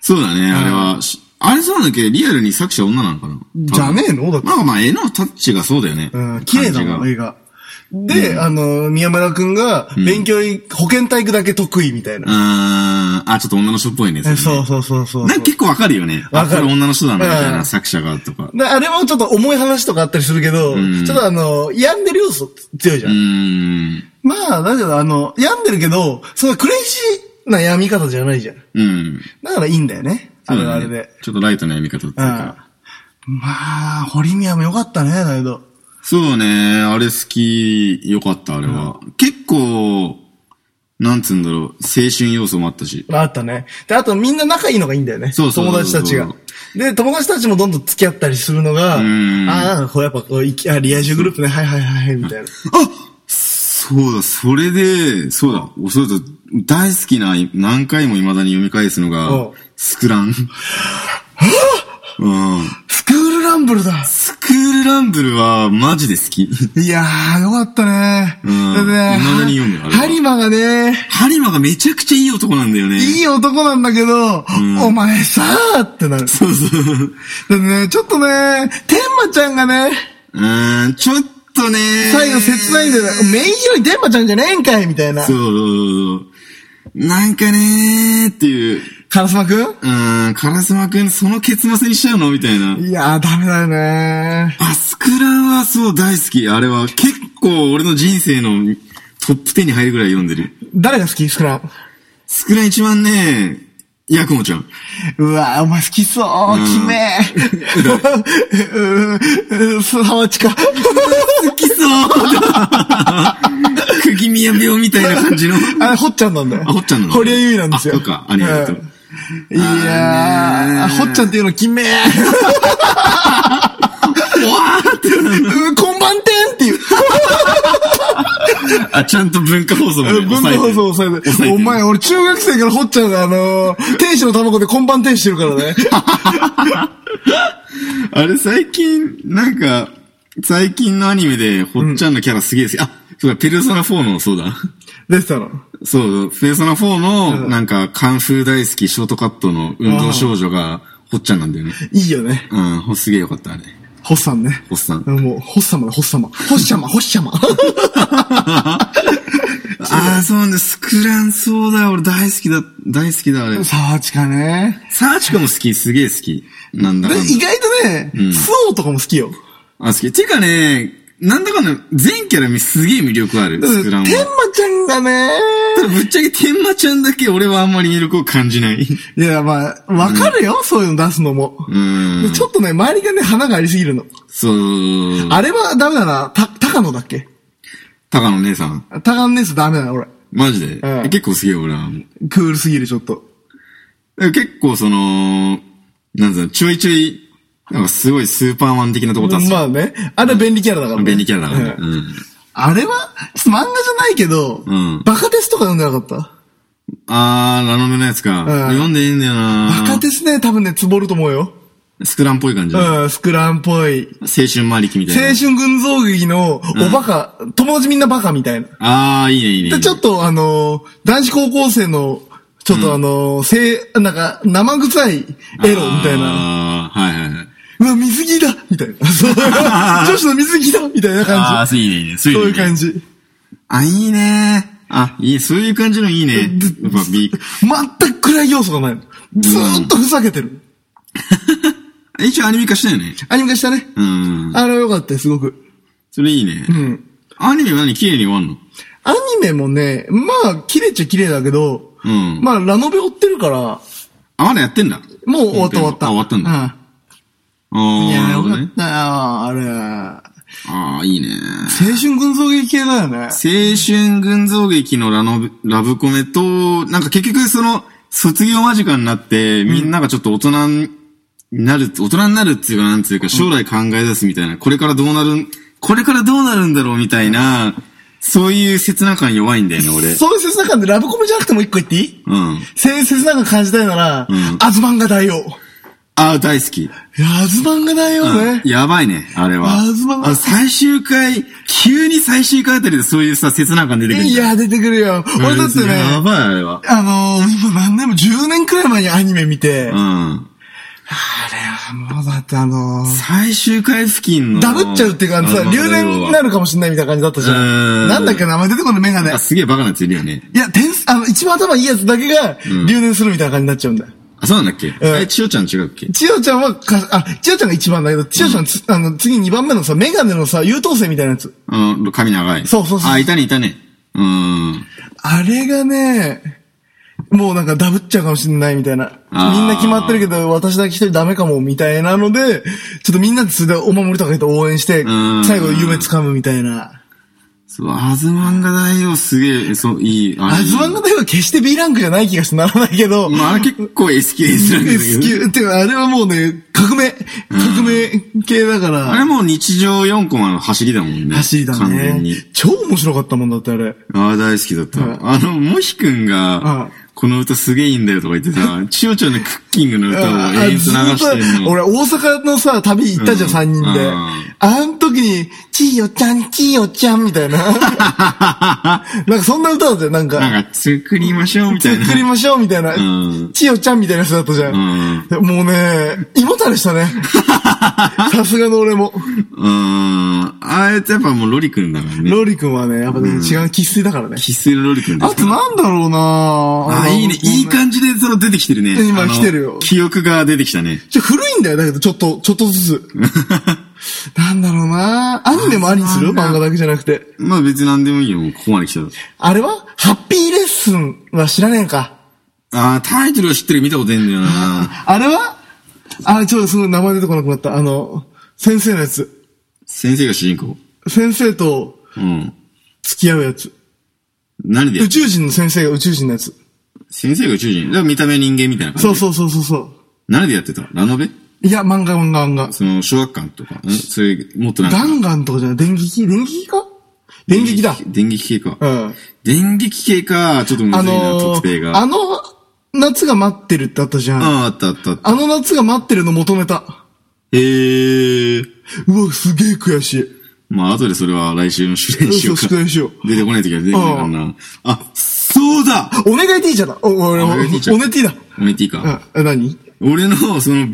A: そうだね、あれは。しあれそうなんだっけリアルに作者女なのかな
B: じゃねえのだって
A: なんかまあ絵のタッチがそうだよね。
B: うん、綺麗だもん、
A: 感
B: 絵が。で、あの、宮村くんが、勉強い、保健体育だけ得意みたい
A: じが
B: な。
A: あー。あ、ちょっと女の人っぽいね。
B: え
A: れね
B: そうそうそうそう。
A: なんか結構わかるよね。
B: わ
A: あ、
B: か
A: こ
B: る
A: れ女の人だな、みたいうなん作者がとか。
B: であれもちょっと重い話とかあったりするけど、
A: ん
B: ちょっとあの、病んでる要素強いじゃ。
A: うんん。
B: まあ、だけどあの、病んでるけど、そのクレイジーな病み方じゃないじゃん。
A: うん。
B: だからいいんだよね。あれはあれで。
A: そうだねちょっとライトな読み方っていう
B: うん。
A: か。
B: まあ、堀宮も良かったね、だけど。
A: そうね、あれ好き、よかった、あれは。結構、なんつうんだろう、青春要素もあったし。
B: あったね。で、あとみんな仲いいのがいいんだよね。
A: そうそうそう
B: 友達たちが。で、友達たちもどんどん付き合ったりするのが、あ
A: ん
B: あ、なんかこうやっぱこう、いきあリア充グループね、はいはいはいはい、みた
A: <laughs>
B: いな。
A: あそうだ、それで、そうだ、おそうだ、大好きな、何回も未だに読み返すの
B: お
A: が
B: う、
A: スクラン。うん。
B: スクールランブルだ
A: スクールランブルは、マジで好き。
B: いやー、よかったね。
A: うん
B: だってね、
A: 未だに読むよあれは
B: ハリマがね、
A: ハリマがめちゃくちゃいい男なんだよね。
B: いい男なんだけど、お前さーってなる。だ
A: そうそう。
B: ってね、ちょっとね、天馬ちゃんがね、
A: <laughs> うーん、ちょっとね。
B: 最後切ないんだよね。メインヒロイン天馬ちゃんじゃねえんかいみたいな
A: そう。そうそうそう。なんかねーっていう。
B: カラスマくん
A: うーん、カラスマくん、その結末にしちゃうのみたいな。
B: いやー、ダメだよね
A: あ、スクランはそう大好き。あれは結構俺の人生のトップ10に入るぐらい読んでる。
B: 誰が好きスクラム。
A: スクラン一番ね、ヤクモちゃん。
B: うわーお前好きそう、きめえ。うーん、うん、すなわちか。
A: 好きそう釘宮病みたいな感じの。
B: あれ、ほっちゃんなんだよ。
A: あほっちゃんなの
B: 堀江優衣なんですよ。。
A: あそっかありがとうん
B: いやー、あほっちゃんっていうの、きめー。わーって。 <laughs> うん、こんばんてんっていう。
A: あ、ちゃんと文化放送まで
B: 文
A: 抑え
B: 化
A: てる
B: 放送抑えて。お前、俺中学生からほっちゃん、あのー、天使の卵でこんばん天使してるからね。
A: あれ最近、なんか、最近のアニメで、ほっちゃんのキャラすげえです、あ、そうだ、ペルソナ4の、そうだ。
B: <laughs>
A: <laughs>
B: 出てたの。
A: そう、ペルソナ4の、なんか、カンフー大好きショートカットの運動少女が、ほっちゃんなんだよね。
B: いいよね。
A: うん、ほ、すげえよかった、あれ。
B: ほっさんね。
A: ほっさん。
B: もう、ほっさまだ、ほっさま。ほっしゃま、ほっしゃま。
A: ああ、そうなんだ、スクランそうだよ、俺大好きだ、大好きだ、あれ。
B: さあ、ちかね。
A: サーチコも好き、すげえ好き。なんだ
B: で
A: かんだ。
B: 意外とね、スオーとかも好きよ。
A: あ、好き。てかね、なんだかんだ、全キャラすげえ魅力ある、
B: 天
A: スクラン
B: 馬
A: は。
B: ちゃんがね。
A: ただぶっちゃけ天馬ちゃんだけ俺はあんまり魅力を感じない。う
B: いや、まあ、わかるよ、そういうの出すのも。
A: ー
B: で
A: ん。
B: ちょっとね、周りがね、花がありすぎるの。
A: そう。
B: あれはダメだな。た、高野だっけ
A: 高野姉さん。
B: 高野ですダメだな、俺。
A: マジで、
B: うん
A: 結構すげえ俺は。も
B: クールすぎる、ちょっと。
A: う結構その、なんだろう、ちょいちょい、なんかすごいスーパーマン的なとこ出す。
B: まあね。あれは便利キャラだから、ね。
A: 便利キャラだからね。
B: う
A: うんん。
B: あれは、ちょっと漫画じゃないけど、
A: うん
B: バカテスとか読んでなかった
A: あー、ラノベのやつか。読んでいいんだよな
B: バカテスね、多分ね、つぼると思うよ。
A: スクランっぽい感じ。青
B: うん、スクランっぽい。
A: 春マリキみたい
B: 青
A: な。
B: 春群像劇のおバカ、友達みんなバカみたいな。
A: あー、いいねいいねいいね。
B: で、ちょっとあのー、男子高校生の、ちょっとあのー、せい、なんか、生臭いエロみたいな。
A: あー、はいはいはい。
B: うわ、水着だみたいな。
A: <laughs>
B: そう女子の水着だみたいな
A: あ
B: 感
A: ー、そういいねいいね。そう
B: じ。そうい
A: いうう感
B: 感
A: じ。
B: じ。
A: あ、いいねあ、いい、そういう感じのいいね。やっぱ B
B: 全く暗い要素がないの。ずーっとふざけてる。
A: 一応アニメ化したよね。
B: アニメ化したね。
A: うん。
B: あれは良かったよ、すごく。
A: それいいね。
B: うん。
A: アニメは何綺麗に終わんの
B: アニメもね、まあ、綺麗っちゃ綺麗だけど、
A: うん
B: まあ、ラノベ追ってるから、
A: あ、まだやってんだ。
B: もう終わった終わった。
A: あ、終わったんだ。あ
B: うん。
A: ー
B: い、
A: な
B: や、
A: る
B: よか
A: ほど
B: っ
A: ね。
B: たよ、あれ。
A: あー、いいね。
B: 青春群像劇系だよね。
A: 青春群像劇のラノブラブコメと、なんか結局その、卒業間近になって、みんながちょっと大人になる、大人になるっていうか、なんていうか、将来考え出すみたいな、これからどうなるん、これからどうなるんだろうみたいな、そういう切な感弱いんだよね、俺。
B: そういう切な感でラブコメじゃなくてもう一個言っていい
A: うん。
B: せ切な感感じたいなら
A: ん、
B: アズマンが大王。い
A: ああ、大好き。
B: や、アズマンが大王ね。
A: やばいね、あれは。
B: あーすまん
A: あの最終回、急に最終回あたりでそういうさ、切な感出てくる
B: い
A: じゃん、
B: や、出てくるよ。俺だって
A: や
B: ね、
A: ばい、あれは。
B: あのー、今何年も10年くらい前にアニメ見て、
A: う
B: あ
A: ん。
B: れはもうだってあのー、
A: 最終回付近の。
B: ダブっちゃうっていうか、さ、
A: あの
B: 留年になるかもしれないみたいな感じだったじゃ
A: うん
B: ん。なんだっけ名前出てこないメガネ
A: あ、。すげえバカなやついるよね。
B: いや、天才、あの、一番頭いいやつだけが、留年するみたいな感じになっちゃうんだよ。
A: あ、そうなんだっけ
B: ん
A: え、千代ちゃん違うっけ
B: 千代ちゃんはか、あ、千代ちゃんが一番だけど、千代ちゃんつ、あの、次二番目のさ、メガネのさ、優等生みたいなやつ。
A: うん、髪長い。
B: そうそうそう
A: あ、いたね、いたね。うん。
B: あれがね、もうなんかダブっちゃうかもしれないみたいな。
A: あー
B: みんな決まってるけど、私だけ一人ダメかも、みたいなので、ちょっとみんなでそれでお守りとかけて応援して
A: うん、
B: 最後夢掴むみたいな。
A: そう、アズマンが大王すげえ、そう、いい。あ
B: アズマンがでは決して B ランクじゃない気がしてならないけど、
A: まあ、あれ結構 S 級 S なんだけど。
B: S 級、ってかあれはもうね、革命、革命系だか
A: あれ
B: ら、
A: もう日常4コマの走りだもんね。
B: 走りだ
A: 完全に
B: ね。。超面白かったもんだってあれ。
A: ああ、大好きだった。
B: うん
A: あの、もひく
B: う
A: んが
B: ん、
A: この歌すげえいいんだよとか言ってさ、千代ちゃんのクッキングの歌を
B: あ
A: 永遠と流してん
B: ずっと
A: の。
B: 俺、大阪のさ、旅行ったじゃん、
A: うん
B: 三人で。
A: うん
B: あん時に、ちよちゃん、ちよちゃん、み
A: <laughs>
B: たいな。なんかそんな歌だったよ、なんか。
A: なんか、作りましょうみたいな。
B: 作りましょう、みたいな
A: うん。
B: ちよちゃん、みたいな人だったじゃん。もうね、胃もたれ
A: <laughs>
B: したね。さすがの俺も。
A: うーん。あいつやっぱもうロリ君だからね。
B: ローリ君はね、やっぱね、違う、生粋だからね。
A: 必須のロリ君で
B: あ
A: す
B: となんだろうな
A: あ、いいね。いい感じでその出てきてるね。
B: 今
A: あの
B: 来てるよ
A: 記憶が出てきた
B: <laughs>
A: ね。
B: じ。古いんだよ、だけど、ちょっと、ちょっとずつ。なんだろうなアニメもありにする漫画だけじゃなくて。
A: まあ別に何でもいいよ。もうここまで来たら。
B: あれはハッピーレッスンは知らねえか。
A: ああ、タイトルは知ってる見たことねえんだよな。
B: <laughs> あれはあ、ちょっとすごい名前出てこなくなった。あの、先生のやつ。
A: 先生が主人公。
B: 先生と、
A: うん。
B: 付き合うやつ。
A: 何で
B: 宇宙人の先生が宇宙人のやつ。
A: 先生が宇宙人。だから見た目人間みたいな感じ。
B: そうそうそうそうそう。
A: 何でやってたラノベ
B: いや、漫画漫画漫画。
A: その、小学館とか、んそういう、もっとなんか。
B: ガンガンとかじゃない電撃電撃か電撃だ。
A: 電撃系か。
B: うん。
A: 電撃系か、ちょっとむ
B: あ
A: ずいな、
B: の
A: 特定
B: ー、
A: が。
B: あ
A: あ
B: の夏が待ってるってあったじゃん。
A: あ、あったあったあった。
B: あの夏が待ってるの求めた。
A: へえ。
B: うわ、すげえ悔しい。
A: まあ、後でそれは来週の宿題にしよう
B: そう宿
A: か。
B: 題にしよう
A: 出てこない時は出てこないからな。あ、そうだ
B: お願いティーチャーだ。お、お、お、お、お
A: お願いティーチャー
B: ねティーだ。
A: おめでていいか。
B: うん、何
A: 俺の、その、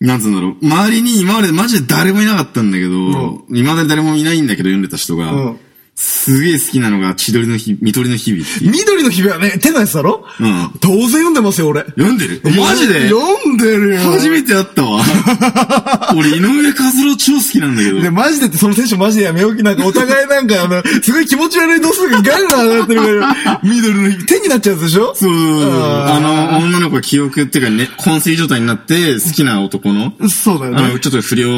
A: なんつうんだろう。周りに今までマジで誰もいなかったんだけど、今まで誰もいないんだけど読んでた人が、
B: うん
A: すげえ好きなのが、千鳥の日、見取りの日々っていう。
B: 緑の日々はね、手のやつだろ
A: うん
B: 当然読んでますよ、俺。
A: 読んでるマジで
B: 読んでるよ。
A: 初めて会っ
B: <laughs>
A: たわ。俺、井上和郎超好きなんだけど。
B: で、マジでって、そのテンションマジでやめよう。なんか、お互いなんか、あの、すごい気持ち悪い度数がガンガン上がってる
A: <laughs>
B: から、緑の日、手になっちゃうやつでしょ
A: そう、
B: あ
A: あの、女の子は記憶っていうかね、昏睡状態になって、好きな男の、
B: そうだよ
A: あ
B: ね
A: の、。ちょっと不良、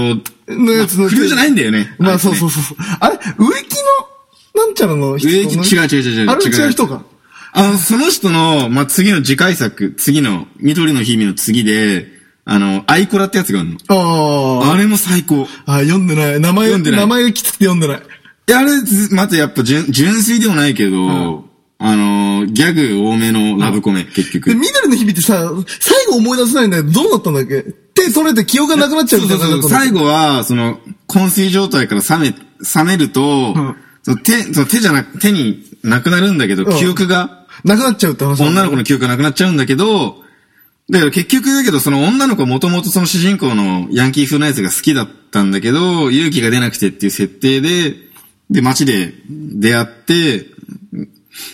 B: のやつの。
A: 不良じゃないんだよね。
B: まあ、そう
A: う。
B: そうそうそう。あれ、植木の、なんちゃらの人
A: 植木、違う違う違う違う。
B: あれ違う人
A: 違
B: か。
A: あの、その人の、まあ、次の次回作、次の、緑の日々の次で、あの、アイコラってやつがあるの。
B: あ
A: あれも最高。
B: あ。あ、読んでない。名前、
A: 読んでない
B: 名前がきつくて読んでない。
A: いや、あれ、ずまたやっぱ純、純粋でもないけど、あの、ギャグ多めのラブコメ、結局
B: で、。緑の日々ってさ、最後思い出せないんだけど、どうなったんだっけ手取れて記憶がなくなっちゃうみたいな
A: そうそうそう最後は、その、昏睡状態から冷め、冷めると、
B: うん
A: その手、その手じゃなく、手になくなるんだけど、
B: うん
A: 記憶が、
B: なくなっちゃうって話
A: 女の子の記憶がなくなっちゃうんだけど、だから結局だけど、その女の子はもともとその主人公のヤンキー風のやつが好きだったんだけど、勇気が出なくてっていう設定で、で、街で出会って、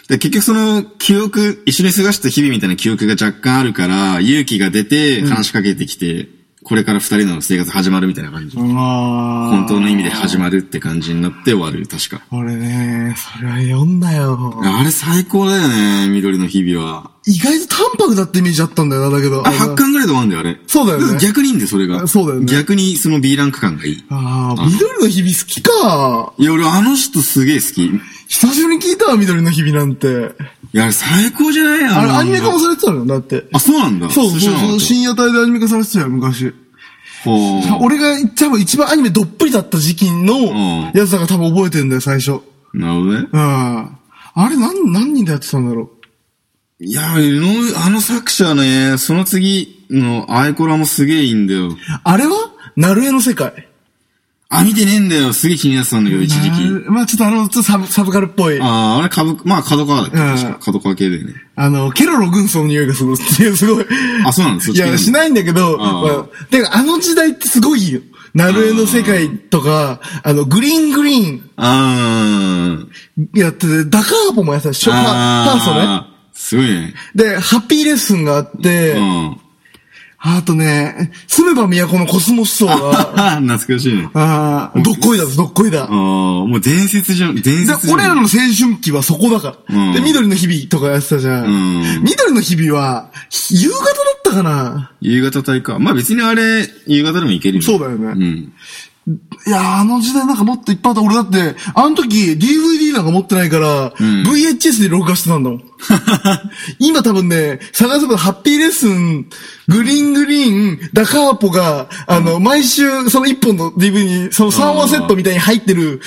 A: で結局その記憶、一緒に過ごした日々みたいな記憶が若干あるから、勇気が出て話しかけてきて、これから二人の生活始まるみたいな感じ。
B: あ
A: 本当の意味で始
B: ま
A: まるって感じになって終わる、確か。
B: 俺ね、それは読んだよ。
A: あれ最高だよね、緑の日々は。
B: 意外と淡白だってイメージあったんだよな、だけど。
A: あ、8巻ぐらいで終わるんだよ、あれ。
B: そうだよね
A: から逆にいいんだよ、それが。
B: そうだよね
A: 逆にその B ランク感がいい。
B: ああ、緑の日々好きか。
A: いや、俺あの人すげえ好き。い
B: 久しぶりに聞いたわ、緑の日々なんて。
A: や、あれ最高じゃない
B: あれ、
A: の
B: アニメ化もされてたのよ、だって。
A: あ、そうなんだ。
B: そうそう
A: 知らなかっ
B: そう、
A: た
B: 深夜帯でアニメ化されてたよ、昔。
A: ほう。
B: 俺が多分一番アニメどっぷりだった時期の
A: うん
B: やつだから多分覚えてんだよ、最初。
A: なるほどね。
B: うん。あれ何、何人でやってたんだろ
A: いや、井上あの作者ね、その次のアイコラもすげえいいんだよ。
B: う。あれはナルエの世界。
A: あ、見てねえんだよ。すげえ気になってたんだけど、一時
B: な
A: 期。
B: るまあちょっとあの、ちょっとサブ、サブカルっぽい。あ
A: ああ、あれ株、まあ、角川だっけ
B: うん
A: 確か。角川系だよね。
B: の、ケロロ軍曹の匂いがするっていう、すごい。
A: あ、そうなんだ。そっ
B: い
A: ち系
B: や、しないんだけど、
A: ああ
B: まあ、てかあの時代ってすごいよ。ナルエの世界とか、あの、グリーングリーン
A: あー。
B: やってて、ダカーポもやってたでしょファファーストね。
A: あーすごいね。
B: で、ハッピーレッスンがあって、
A: うん。
B: あとね、住めば都のコスモス層が、
A: <laughs> 懐かしいね。
B: ああ、どっこいだぞ、どっこいだ
A: ああ。、もう伝説じゃん、伝
B: で
A: 説じゃん。
B: 俺らの青春期はそこだから。
A: うん
B: で、緑の日々とかやってたじゃん。
A: うん
B: 緑の日々は、夕方だったかな
A: 夕方帯か。まあ別にあれ、夕方でもいけるよ。
B: そうだよね
A: うん。
B: いやー、あの時代なんかもっといっぱいあった。俺だって、あの時 DVD なんか持ってないから、VHS で録画してたんだ
A: <laughs>
B: もん。今多分ね、探せばハッピーレッスン、グリーングリーン、ダカーポが、あの、毎週その1本の DVD に、その3話セットみたいに入ってる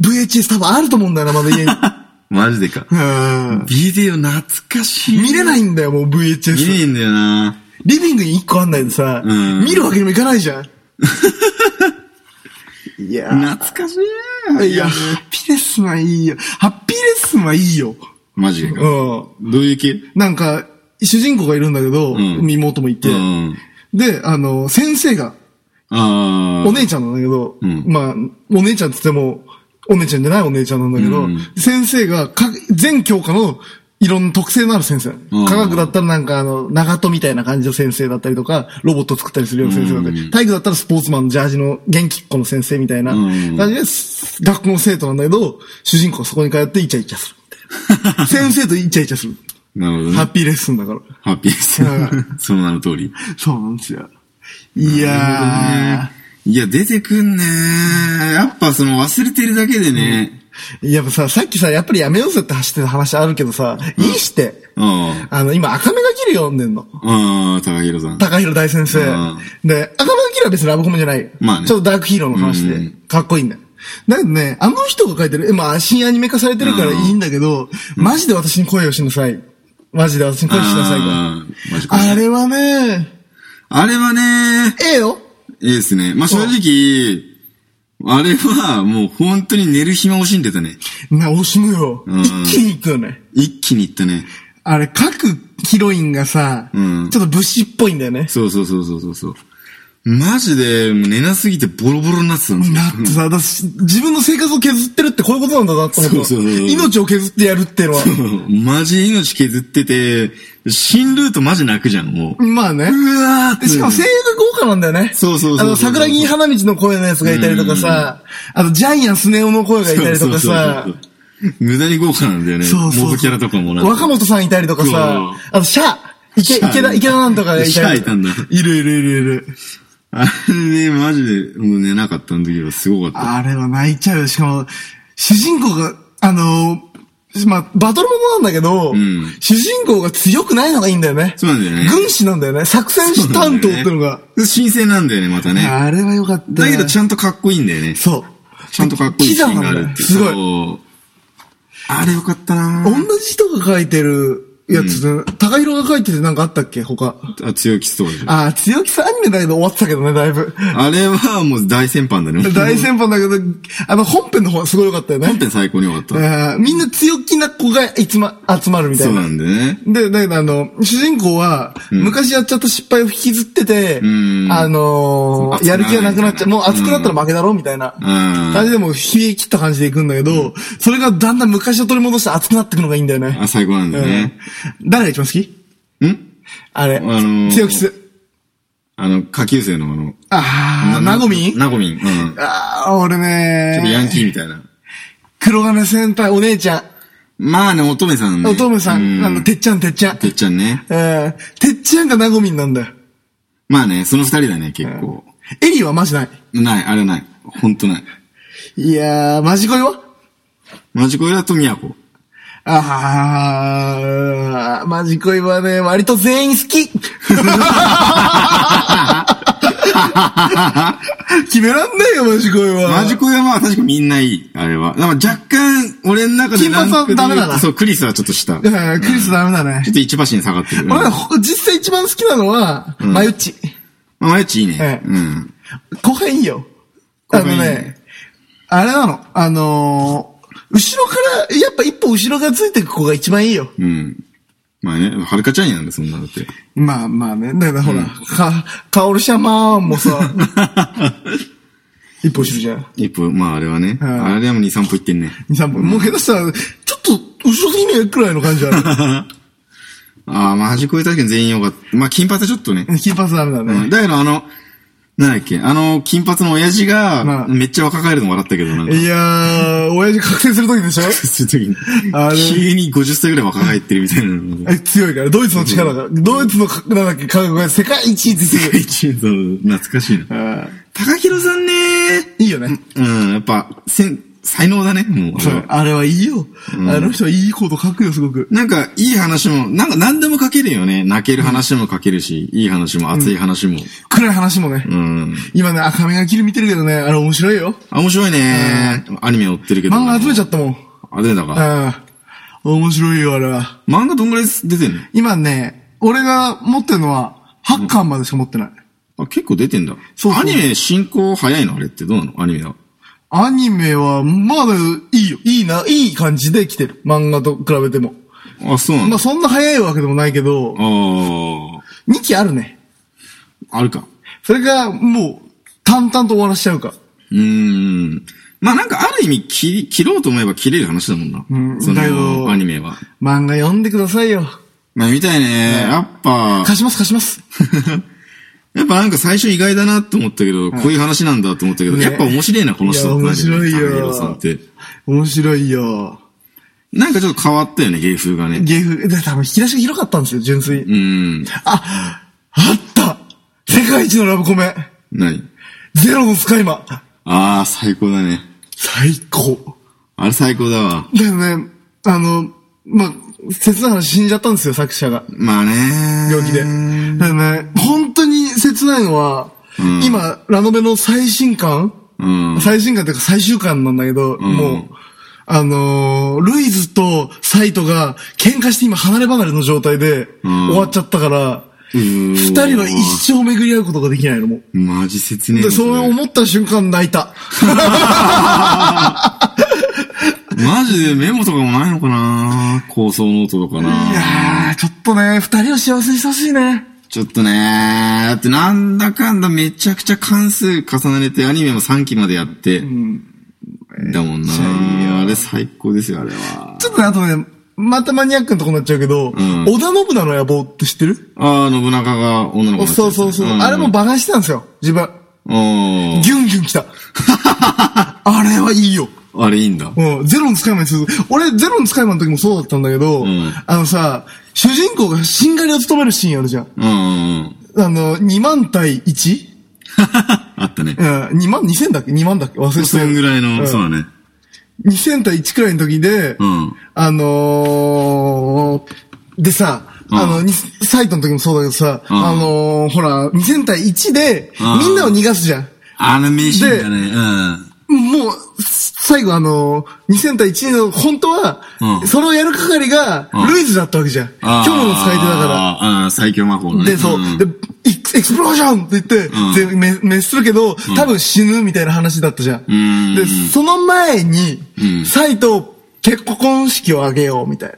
B: VHS 多分あると思うんだよな、まだ家
A: <laughs>
B: に。
A: マジでか。
B: うん
A: ビデオ懐かしい。
B: 見れないんだよ、もう
A: 見
B: VHS。
A: れねえんだよな。
B: リビングに1個あんないでさ、
A: うん
B: 見るわけにもいかない
A: <laughs>
B: じゃん。いやー
A: 懐かしい。
B: いや、ハッピーレッスンはいいよ。ハッピーレッスンはいいよ。
A: マジでか。
B: う
A: どういう系
B: ん。なんか、主人公がいるんだけど、
A: ん
B: 妹もいて、
A: うん。
B: で、あの、先生が、
A: ああ。
B: お姉ちゃんなんだけど、
A: ん
B: まあ、お姉ちゃんって言っても、お姉ちゃんじゃないお姉ちゃんなんだけど、
A: うん
B: 先生がか、全教科のいろんな特性のある先生。
A: うん
B: 科学だったらなんかあの、長門みたいな感じの先生だったりとか、ロボット作ったりするような先生だったり、体育だったらスポーツマンのジャージの元気っ子の先生みたいな
A: うん
B: 感じです、学校の生徒なんだけど、主人公はそこに通ってイチャイチャするみ <laughs> たいな。先生とイチャイチャする。
A: なるほどね
B: ハッ。ピーレッスンだから。
A: ハッピーです
B: う。
A: その名の通り。
B: そうなんですよ。いやー。
A: いや、出てくんねやっぱその忘れてるだけでね。
B: いや、さ、さっきさ、やっぱりやめようぜって走ってる話あるけどさ、いいして。
A: うん。
B: あの、今、赤目が切る読んでんの。
A: うん、高弘さん。
B: 高弘大先生
A: うん。
B: で、赤目が切るは別にラブコメじゃないよ。
A: まあね
B: ちょっとダークヒーローの話
A: う
B: で
A: ん、
B: かっこいいんだよ。だけどね、あの人が書いてる、えまあ、新アニメ化されてるからいいんだけど、マジで私に声をしなさい。マジで私に声をしなさいから。
A: あーマジか
B: あれはね、
A: あれはね、
B: ええよ。
A: いいですね。まあ、正直、あれはもう本当に寝る暇惜しんでたね。
B: な、惜しむよ。
A: うん
B: 一気に行くよね。
A: 一気にいったね。
B: あれ、各ヒロインがさ、
A: うん
B: ちょっと武士っぽいんだよね。
A: そうそうそうそうそうそう。マジで、もう寝なすぎてボロボロになってたんですよ
B: だ。ってさ、だし自分の生活を削ってるってこういうことなんだなって思った。
A: そうそうそう
B: 命を削ってやるっていうのは。
A: マジ命削ってて、新ルートマジ泣くじゃん、もう。
B: まあね。
A: うわーって。
B: でしかも声優が豪華なんだよね。
A: そうそうそうそう
B: あの、桜木花道の声のやつがいたりとかさ、あと、ジャイアンスネ夫の声がいたりとかさ
A: そう、そうそう無駄に豪華なんだよね。
B: そうそう
A: モブキャラとかもなんか
B: 若本さんいたりとかさ、あと、シャ池、
A: シャ
B: 池田、池田なんとかがい
A: シ
B: た
A: ャ
B: り
A: い
B: とか。
A: たんだ
B: いるいるいるいる。
A: あれね、マジで、もう寝なかったんだけど、すごかった。
B: あれは泣いちゃうよ。しかも、主人公が、あのーまあ、バトルものなんだけど、
A: ん
B: 主人公が強くないのがいいんだよね。
A: そうなんだよね
B: 軍師なんだよね。作戦士担当ってのが。
A: 新鮮なんだよね、またね。
B: あれは良かったね。
A: だけど、ちゃんとかっこいいんだよね。
B: そう。
A: ちゃんとかっこいいシーンがあるっていう。
B: キザなんだよす
A: そうあれよかったな
B: 同じ人が書いてるやつで、高弘が書いててなんかあったっけ他。
A: あ、強気そうでしょ。
B: ああ、強気さんアニメだけど終わってたけどね、だい
A: <laughs>
B: ぶ。
A: あれはもう大先輩だね。
B: 大先輩だけど、あの、本編の方はすごい良かったよね。
A: 本編最高に良かった。
B: あーみんな強気な子がいつま、集まるみたい
A: そう
B: な
A: な。んだよね。
B: で、だけどあの、主人公は、昔やっちゃった失敗を引きずってて、
A: ん
B: あの
A: そう
B: ー、やる気がなくなっちゃう。
A: 熱くならない
B: もう熱くなったら負けだろみたいな。
A: ん
B: 感じでもう冷え切った感じでいくんだけど、それがだんだん昔を取り戻して熱くなってくのがいいんだよね。
A: あ、最高なんだよね。
B: うん誰が一番好き
A: ん
B: あれ、
A: のー
B: 強気す。
A: あの、下級生のあの、
B: あー、なごみん
A: なごみん。うん。ち
B: あー、俺
A: ょっとヤン
B: ね
A: キーみたいな。
B: 黒金先輩、お姉ちゃ
A: まあね、乙女さん
B: ん、
A: ね。
B: おとめさ、
A: うん
B: あの、てっちゃん、てっちゃん。
A: てっちゃんね。
B: うんてっちゃんがなごみんなんだよ。
A: まあね、その二人だね、結構。
B: エリーはマジない。
A: ない、あれない。ほんとない。
B: いやー、マジ恋は
A: マジ恋だと宮子。
B: あー、マジ恋はね、割と全員好
A: <laughs>
B: き決めらんないよ、マジ恋は。
A: マジ恋はまあ確かみんないい、あれは。だから若干、俺の中で
B: 金髪は
A: ランクで言う
B: ダ
A: と
B: メだな
A: そう、クリスはちょっと下。ち
B: う
A: ょ
B: んクリスダメだね。
A: っと一馬身下がってる。
B: 俺ら、ほ実際一番好きなのは、マユッチ。
A: まあ、マヨッチいいね
B: え。え
A: うん。
B: 後輩いいよ。あの
A: 後輩いい
B: ね
A: ね、
B: あれなの、あのー、後ろから、やっぱ一歩後ろがついてく子が一番いいよ。
A: うん。まあね、はるかちゃんやんだ、そんなのって。
B: まあまあね、だからほら、か、カオルシャマーンも
A: <laughs>
B: さ、一歩後ろじゃん。
A: 一歩、まああれはね。
B: はい
A: あれはもう二、三歩行ってんね。
B: 二三歩。もう下手したら、ちょっと、後ろすぎねえくらいの感じ
A: <laughs>
B: ある。
A: ああ、マジ恋確かに全員よかった。まあ金髪はちょっとね。
B: 金髪ダメだ
A: うん
B: ね。
A: だけどあの、なんだっけ、あの、金髪の親父
B: ま
A: が、
B: あ
A: めっちゃ若返るの笑ったけど、なんか。
B: いやー、親父覚醒するときでしょ
A: そういう時に
B: あれ
A: 急に50歳ぐらい若返ってるみたいなのが。
B: え強いから、ドイツの力が、ドイツのか、なんだっけ、科学が世界一位ってすごい。
A: <laughs> 一応そう懐かしいな。
B: あ
A: 高弘さんね
B: ーいいよね。
A: うん、やっぱ、せん、才能だね、もう。
B: そうあれはいいよ。あの人はいいこと書くよ、すごく。
A: なんか、いい話も、なんか何でも書けるよね。泣ける話も書けるし、いい話も熱い話も。
B: 暗い話もね。
A: うん。
B: 今ね、赤目が切る見てるけどね、あれ面白いよ。
A: あ、面白いねアニメ追ってるけど。
B: 漫画集めちゃ
A: っ
B: ったもん。
A: た。あ、出たか。
B: うん。面白いよ、あれは。
A: 漫画どんぐらい出てんの
B: 今ね、俺が持ってるのは、8巻までしか持ってない。
A: あ、結構出てんだ。
B: そうそう
A: アニメ進行早いのあれってどうなのアニメは。
B: アニメは、まだいいよ。いいな、いい感じで来てる。漫画と比べても。
A: あ、そうなん
B: ま
A: だ。
B: あ、そんな早いわけでもないけど、
A: あ
B: 2期あるね。
A: あ、あるか。
B: それが、もう、淡々と終わらしちゃうか。
A: うーん。まあなんかある意味切り、切ろうと思えば切れる話だもんな。
B: うん
A: そ
B: だけど
A: のアニメは。
B: 漫画読んでくださいよ。
A: まあ見たいね。やっぱ、
B: 貸します、貸します。
A: やっぱなんか最初意外だなと思ったけど、こういう話なんだと思ったけど、
B: ね
A: やっぱ面白いな、この人って
B: いや面白いよ
A: 高弘さんって。
B: 面白いよ。
A: なんかちょっと変わったよね、芸風がね。
B: 芸風、で、多分引き出しが広かったんですよ、純粋
A: う
B: に。
A: ん。
B: あ、あった世界一のラブコメ
A: 何
B: ゼロのスカイマ
A: ああ、最高だね。
B: 最高
A: あれ最高だわ。
B: だよね、あの、まあ、切ない話死んじゃったんですよ、作者が。
A: まあね。
B: 病気で。だよね、本当に切ないのは、
A: ん
B: 今、ラノベの最新刊、
A: うん。
B: 最新刊っていうか最終巻なんだけど、もう、あのールイズとサイトが喧嘩して今離れ離れの状態で
A: ん
B: 終わっちゃったから、
A: 二
B: 二人は一生巡り合うことができないのもう。
A: マジ切ねえ
B: で、
A: な。
B: そう
A: れ
B: 思った瞬間泣いた。
A: マジでメモとかもないのかな構想ノートとか
B: い
A: な
B: やー、ちょっとね、二人を幸せにしてほしいね。
A: ちょっとねだってなんだかんだめちゃくちゃ関数重ねてアニメも3期までやって。だもんなあれ最高ですよ、あれは。
B: ちょっとね、あとね、またマニアックなとこになっちゃうけど、
A: ん
B: 織田信長の野望って知ってる
A: ああ、信長が女の子だったやつ
B: そうそうそう。
A: ん
B: あれもバカにしてたんですよ、自分。
A: うん
B: ギュンギュン
A: <laughs>
B: 来た。あれはいいよ。
A: あれいいんだ。
B: うん、ゼロの使い魔にする。俺、ゼロの使い魔の時もそうだったんだけど、
A: ん
B: あのさ、主人公がしんがりを務めるシーンあるじゃん。
A: うんうんうん。 <laughs>
B: あの、2万対 1?
A: あったね
B: う。ん、2万、2000だっけ ?2 万だっけ忘れ
A: そ
B: て
A: んぐ
B: る。
A: らいの、
B: ん
A: そうだね。
B: 2000対1くらいの時で、
A: うん。
B: あのー、でさ、
A: うん
B: あの、にサイトの時もそうだけどさ、
A: うん
B: あのー、ほら、2000対1で、
A: うん
B: みんなを逃がすじゃん。
A: あの名シーンだね。
B: もう、最後あのー、2000対1の、本当は、
A: うん
B: それをやる係が、
A: うん
B: ルイズだったわけじゃん。
A: うん。あ
B: 今
A: ー
B: 日の使い手だか
A: あー、最強魔法の
B: ら。
A: ね。
B: で、そう、
A: ん
B: で、エクエクスプロージョンって言って、
A: うん
B: 全滅滅するけど、多分死ぬみたいな話だったじゃん。
A: ん
B: で、その前に、
A: うん
B: サイト結婚式をあげようみたいな。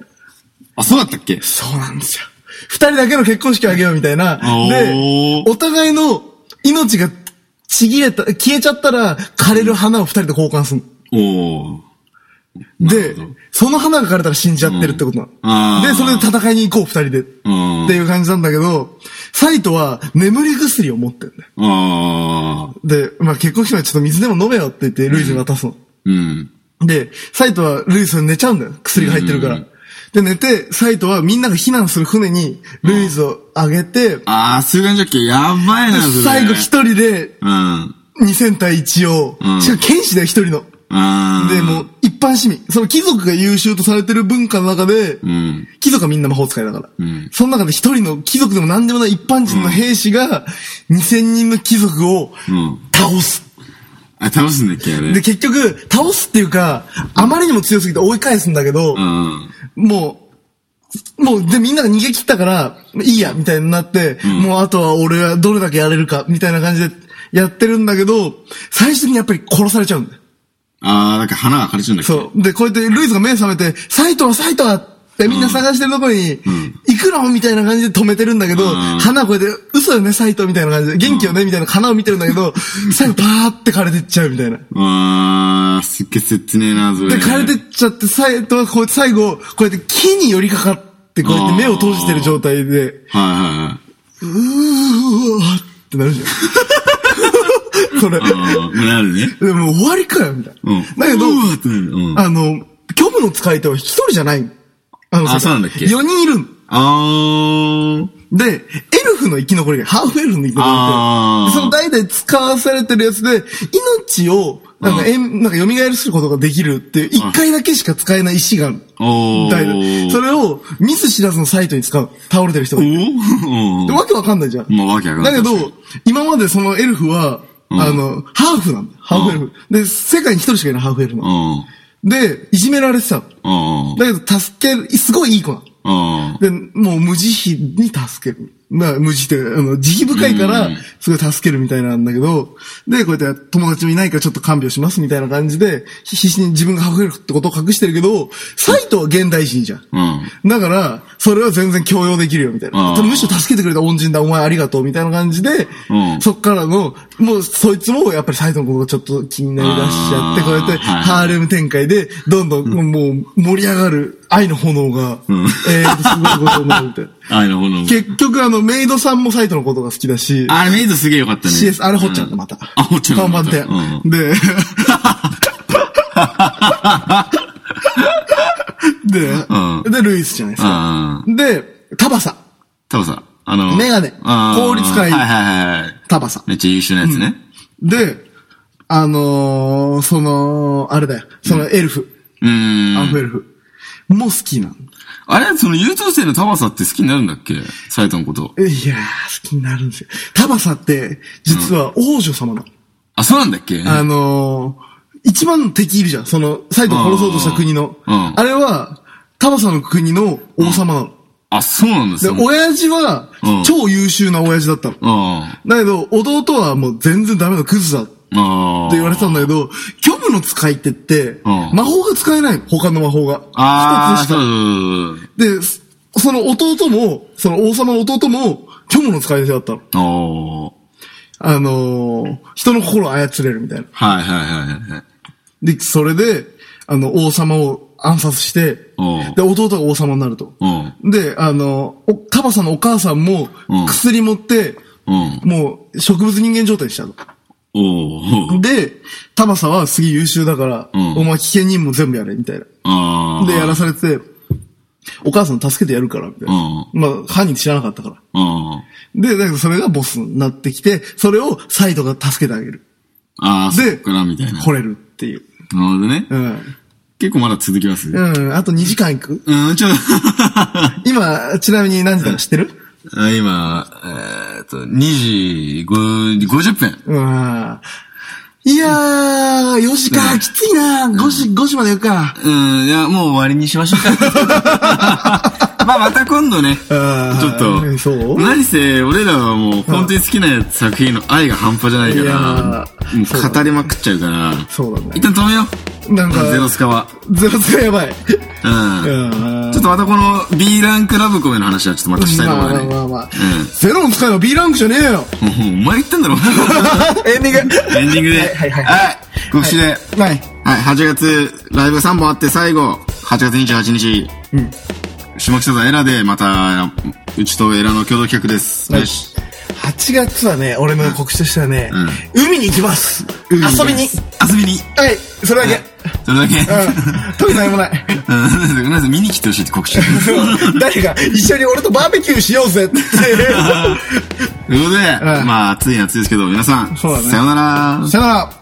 A: あ、そうだったっけ
B: そうなんですよ。二人だけの結婚式をあげようみたいな。
A: お
B: で
A: ー、
B: お互いの命がちぎれた、消えちゃったら枯れる花を二人で交換する
A: おお。
B: の。
A: な
B: で
A: るほど、
B: その花が枯れたら死んじゃってるってことな
A: あ
B: の。
A: ー
B: で、それで戦いに行こう二人で。っ
A: うん
B: ていう感じなんだけど、サイトは眠り薬を持ってるね。
A: ああ。
B: で、まあ結婚式はちょっと水でも飲めよって言ってルイズに渡すの。
A: うん。
B: で、サイトはルイズに寝ちゃうんだよ。薬が入ってるから。で、寝て、サイトはみんなが避難する船にルイズをあげて、
A: ああ、そういう感じだっけやばいな、それ。
B: 最後一人で
A: うん。
B: 2000対1を、
A: うん
B: しかも剣士だよ一人の。
A: あー
B: で、もう、一般市民。その貴族が優秀とされてる文化の中で、
A: うん。
B: 貴族はみんな魔法使いだから。
A: ん
B: その中で一人の貴族でも何でもない一般人の兵士が、2000人の貴族を
A: うん。
B: 倒す。
A: あ、倒すんだっけあれ。
B: で、結局、倒すっていうか、あまりにも強すぎて追い返すんだけど
A: う、ん。
B: もう、もう、で、みんなが逃げ切ったから、いいや、みたいになって、もうあとは俺はどれだけやれるか、みたいな感じでやってるんだけど、最終的にやっぱり殺されちゃうんだよ。
A: ああ、なんか花が枯れちゃうんだっけ
B: そう。で、こうやってルイズが目覚めて、サイトはサイトはってみんな探してるとこに、行くのみたいな感じで止めてるんだけど、
A: ん
B: 花こうやって、嘘よね、サイトみたいな感じで、元気よねみたいな花を見てるんだけど、最後バーって枯れてっちゃうみたいな。
A: ああ、すっげえ切ねえな、それ。
B: で、枯れてっちゃって、サイトはこうやって最後、こうやって木に寄りかかって、こうやって目を閉じてる状態で、
A: はいはいは
B: うわーってなるじゃん。 <laughs> それ。
A: い。うん。なるね。
B: でも終わりかよ、みたいな。
A: うん。
B: だけど
A: うわーってなる。うん。
B: あの、虚無の使い手は一人じゃない。あの
A: あそうなんだっけ
B: ?4 人いるん
A: あ
B: で、エルフの生き残りが、ハーフエルフの生き残りが
A: あ
B: いて、
A: ー
B: その代々使わされてるやつで、命を、なんか、
A: うん
B: えん、なんか蘇らせることができるっていう、一回だけしか使えない石がある。
A: あ。おお。
B: 代々それを、見ず知らずのサイトに使う。倒れてる人
A: お
B: が。
A: お
B: でわけわかんないじゃん。
A: まあわけわかんない
B: だけど、今までそのエルフは、あの、ハーフなんだ。ハーフエルフ。で、世界に一人しかいないハーフエルフ
A: う
B: の。
A: ん。
B: で、いじめられてたの。
A: うん。
B: だけど、助ける、すごいいい子なの。
A: うん。
B: で、もう無慈悲に助ける。まあ、無慈悲って、あの、慈悲深いから
A: うん、
B: すごい助けるみたいなんだけど、で、こうやって友達もいないからちょっと看病しますみたいな感じで、ひ必死に自分がハーフエルフってことを隠してるけど、サイトは現代人じゃん。
A: うん。
B: だから、それは全然強要できるよ、みたいな
A: あ。ー
B: むしろ助けてくれた恩人だ、お前ありがとう、みたいな感じで、
A: うん
B: そっからの、もう、そいつも、やっぱりサイトのことがちょっと気になりだしちゃって、
A: あー
B: こうやって、
A: はい
B: ハーレム展開で、どんどん、もう、盛り上がる愛の炎が、
A: ん
B: えーと、すごいことになる
A: <laughs>
B: みたいな。
A: あ、なるほど。
B: 結局、あの、メイドさんもサイトのことが好きだし、
A: あ、メイドすげえよかったね。
B: CS、あれ、ほっちゃんだ、また。
A: あほっちゃん
B: 看
A: だ
B: 板店
A: う。 <laughs>
B: で、
A: う
B: で、で、ルイスじゃないですか。
A: ああ。
B: で、タバサ。
A: 多分さ、あの、
B: メガネ
A: あー
B: 効率化いい
A: はいはいはいはい。
B: タバサ。
A: めっちゃ優秀なやつね。
B: で、あのー、その、あれだよ、そのエルフ。
A: うん。
B: アンフェルフ。も好きなの。
A: あれその優等生のタバサって好きになるんだっけサイトのこと。
B: いやー、好きになるんですよ。タバサって、実は王女様なの。
A: あ、そうなんだっけ
B: あのー、一番敵いるじゃん。その、サイトを殺そうとした国の。
A: うんうん
B: あれは、タバサの国の王様なの。
A: あ、そうなんです
B: で、
A: よ。
B: 親父は
A: うん、
B: 超優秀な親父だったの。
A: あ
B: だけど、弟はもう全然ダメなクズだって
A: あ。ああ。
B: 言われてたんだけど、虚無の使い手って、
A: うん
B: 魔法が使えないの。他の魔法が。
A: ああ、
B: 一つし
A: そう
B: か。
A: そうそう
B: で、その弟も、その王様の弟も、虚無の使い手だったの。
A: そう。おー。
B: あのー、人の心を操れるみたいな。
A: はいはいはいはい。
B: で、それで、あの、王様を暗殺して
A: おう、
B: で、弟が王様になると。
A: うん。
B: で、あの、おタバさんのお母さんも
A: うん、
B: 薬持って、
A: うん。
B: もう、植物人間状態にしたと。
A: おー。
B: で、タバサはすげえ優秀だから、
A: うん
B: お前危険任務全部やれ、みたいな。
A: ああ。
B: で、やらされて、お母さん助けてやるから、みたいな。
A: う
B: まあ、犯人知らなかったから。
A: うん。
B: で、だけどそれがボスになってきて、それをサイドが助けてあげる。
A: ああ、そっ
B: で、
A: からみたいな。なる
B: 惚れるっていう。
A: ほどね
B: う。ん。
A: 結構まだ続きますうん、
B: うん、あと2時間いく
A: ちょっ
B: 今、ちなみに何時だか知ってる
A: とあ、今、えーっと、2時5 50分。
B: うわーいやー、4時か、きついな5時、5時までやるか。
A: うん、いや、もう終わりにしましょう <laughs> か。まあ、また今度ね。ち
B: あー
A: ょっと。
B: そう
A: 何せ、俺らはもう、本当に好きな作品の愛が半端じゃないか
B: いや
A: ら、
B: ー
A: も
B: そうだ
A: う語りまくっちゃうから、
B: そうだね
A: 一。旦止めよ
B: なんか
A: う。、ゼロスカは。
B: ゼロスがやばい。
A: うん。
B: うん
A: ちょっとまたこの B ランクラブコメの話はちょっとまたしたいと思
B: まあま
A: う
B: あ
A: ね。
B: まあまあ。ゼロの使いは B ランクじゃねえよ
A: うん。もうお前言ってん
B: <laughs>
A: だろ。
B: エンディング
A: エンディングで。
B: はいはいはい
A: はい。告知で。はい。
B: はい。
A: 8月、ライブ3本あって最後、8月28日。
B: うん。
A: 下北沢エラで、また、うちとエラの共同企画です。
B: はい
A: よし。
B: 8月はね、俺の告知としてはね、海に行きます遊
A: 海行きます
B: びに
A: 遊びに。
B: はい、それだけ。
A: それだ <laughs> け。
B: うん。特に何も <laughs> ない。
A: うん。なぜ見に来てほしいって
B: <laughs>
A: 告知。という
B: 誰か一緒に俺とバーベキューしよう <laughs> ぜって。
A: ことで、
B: ん
A: まあ、暑い夏ですけど、皆さん、
B: そうだね
A: さようなら。
B: さよなら。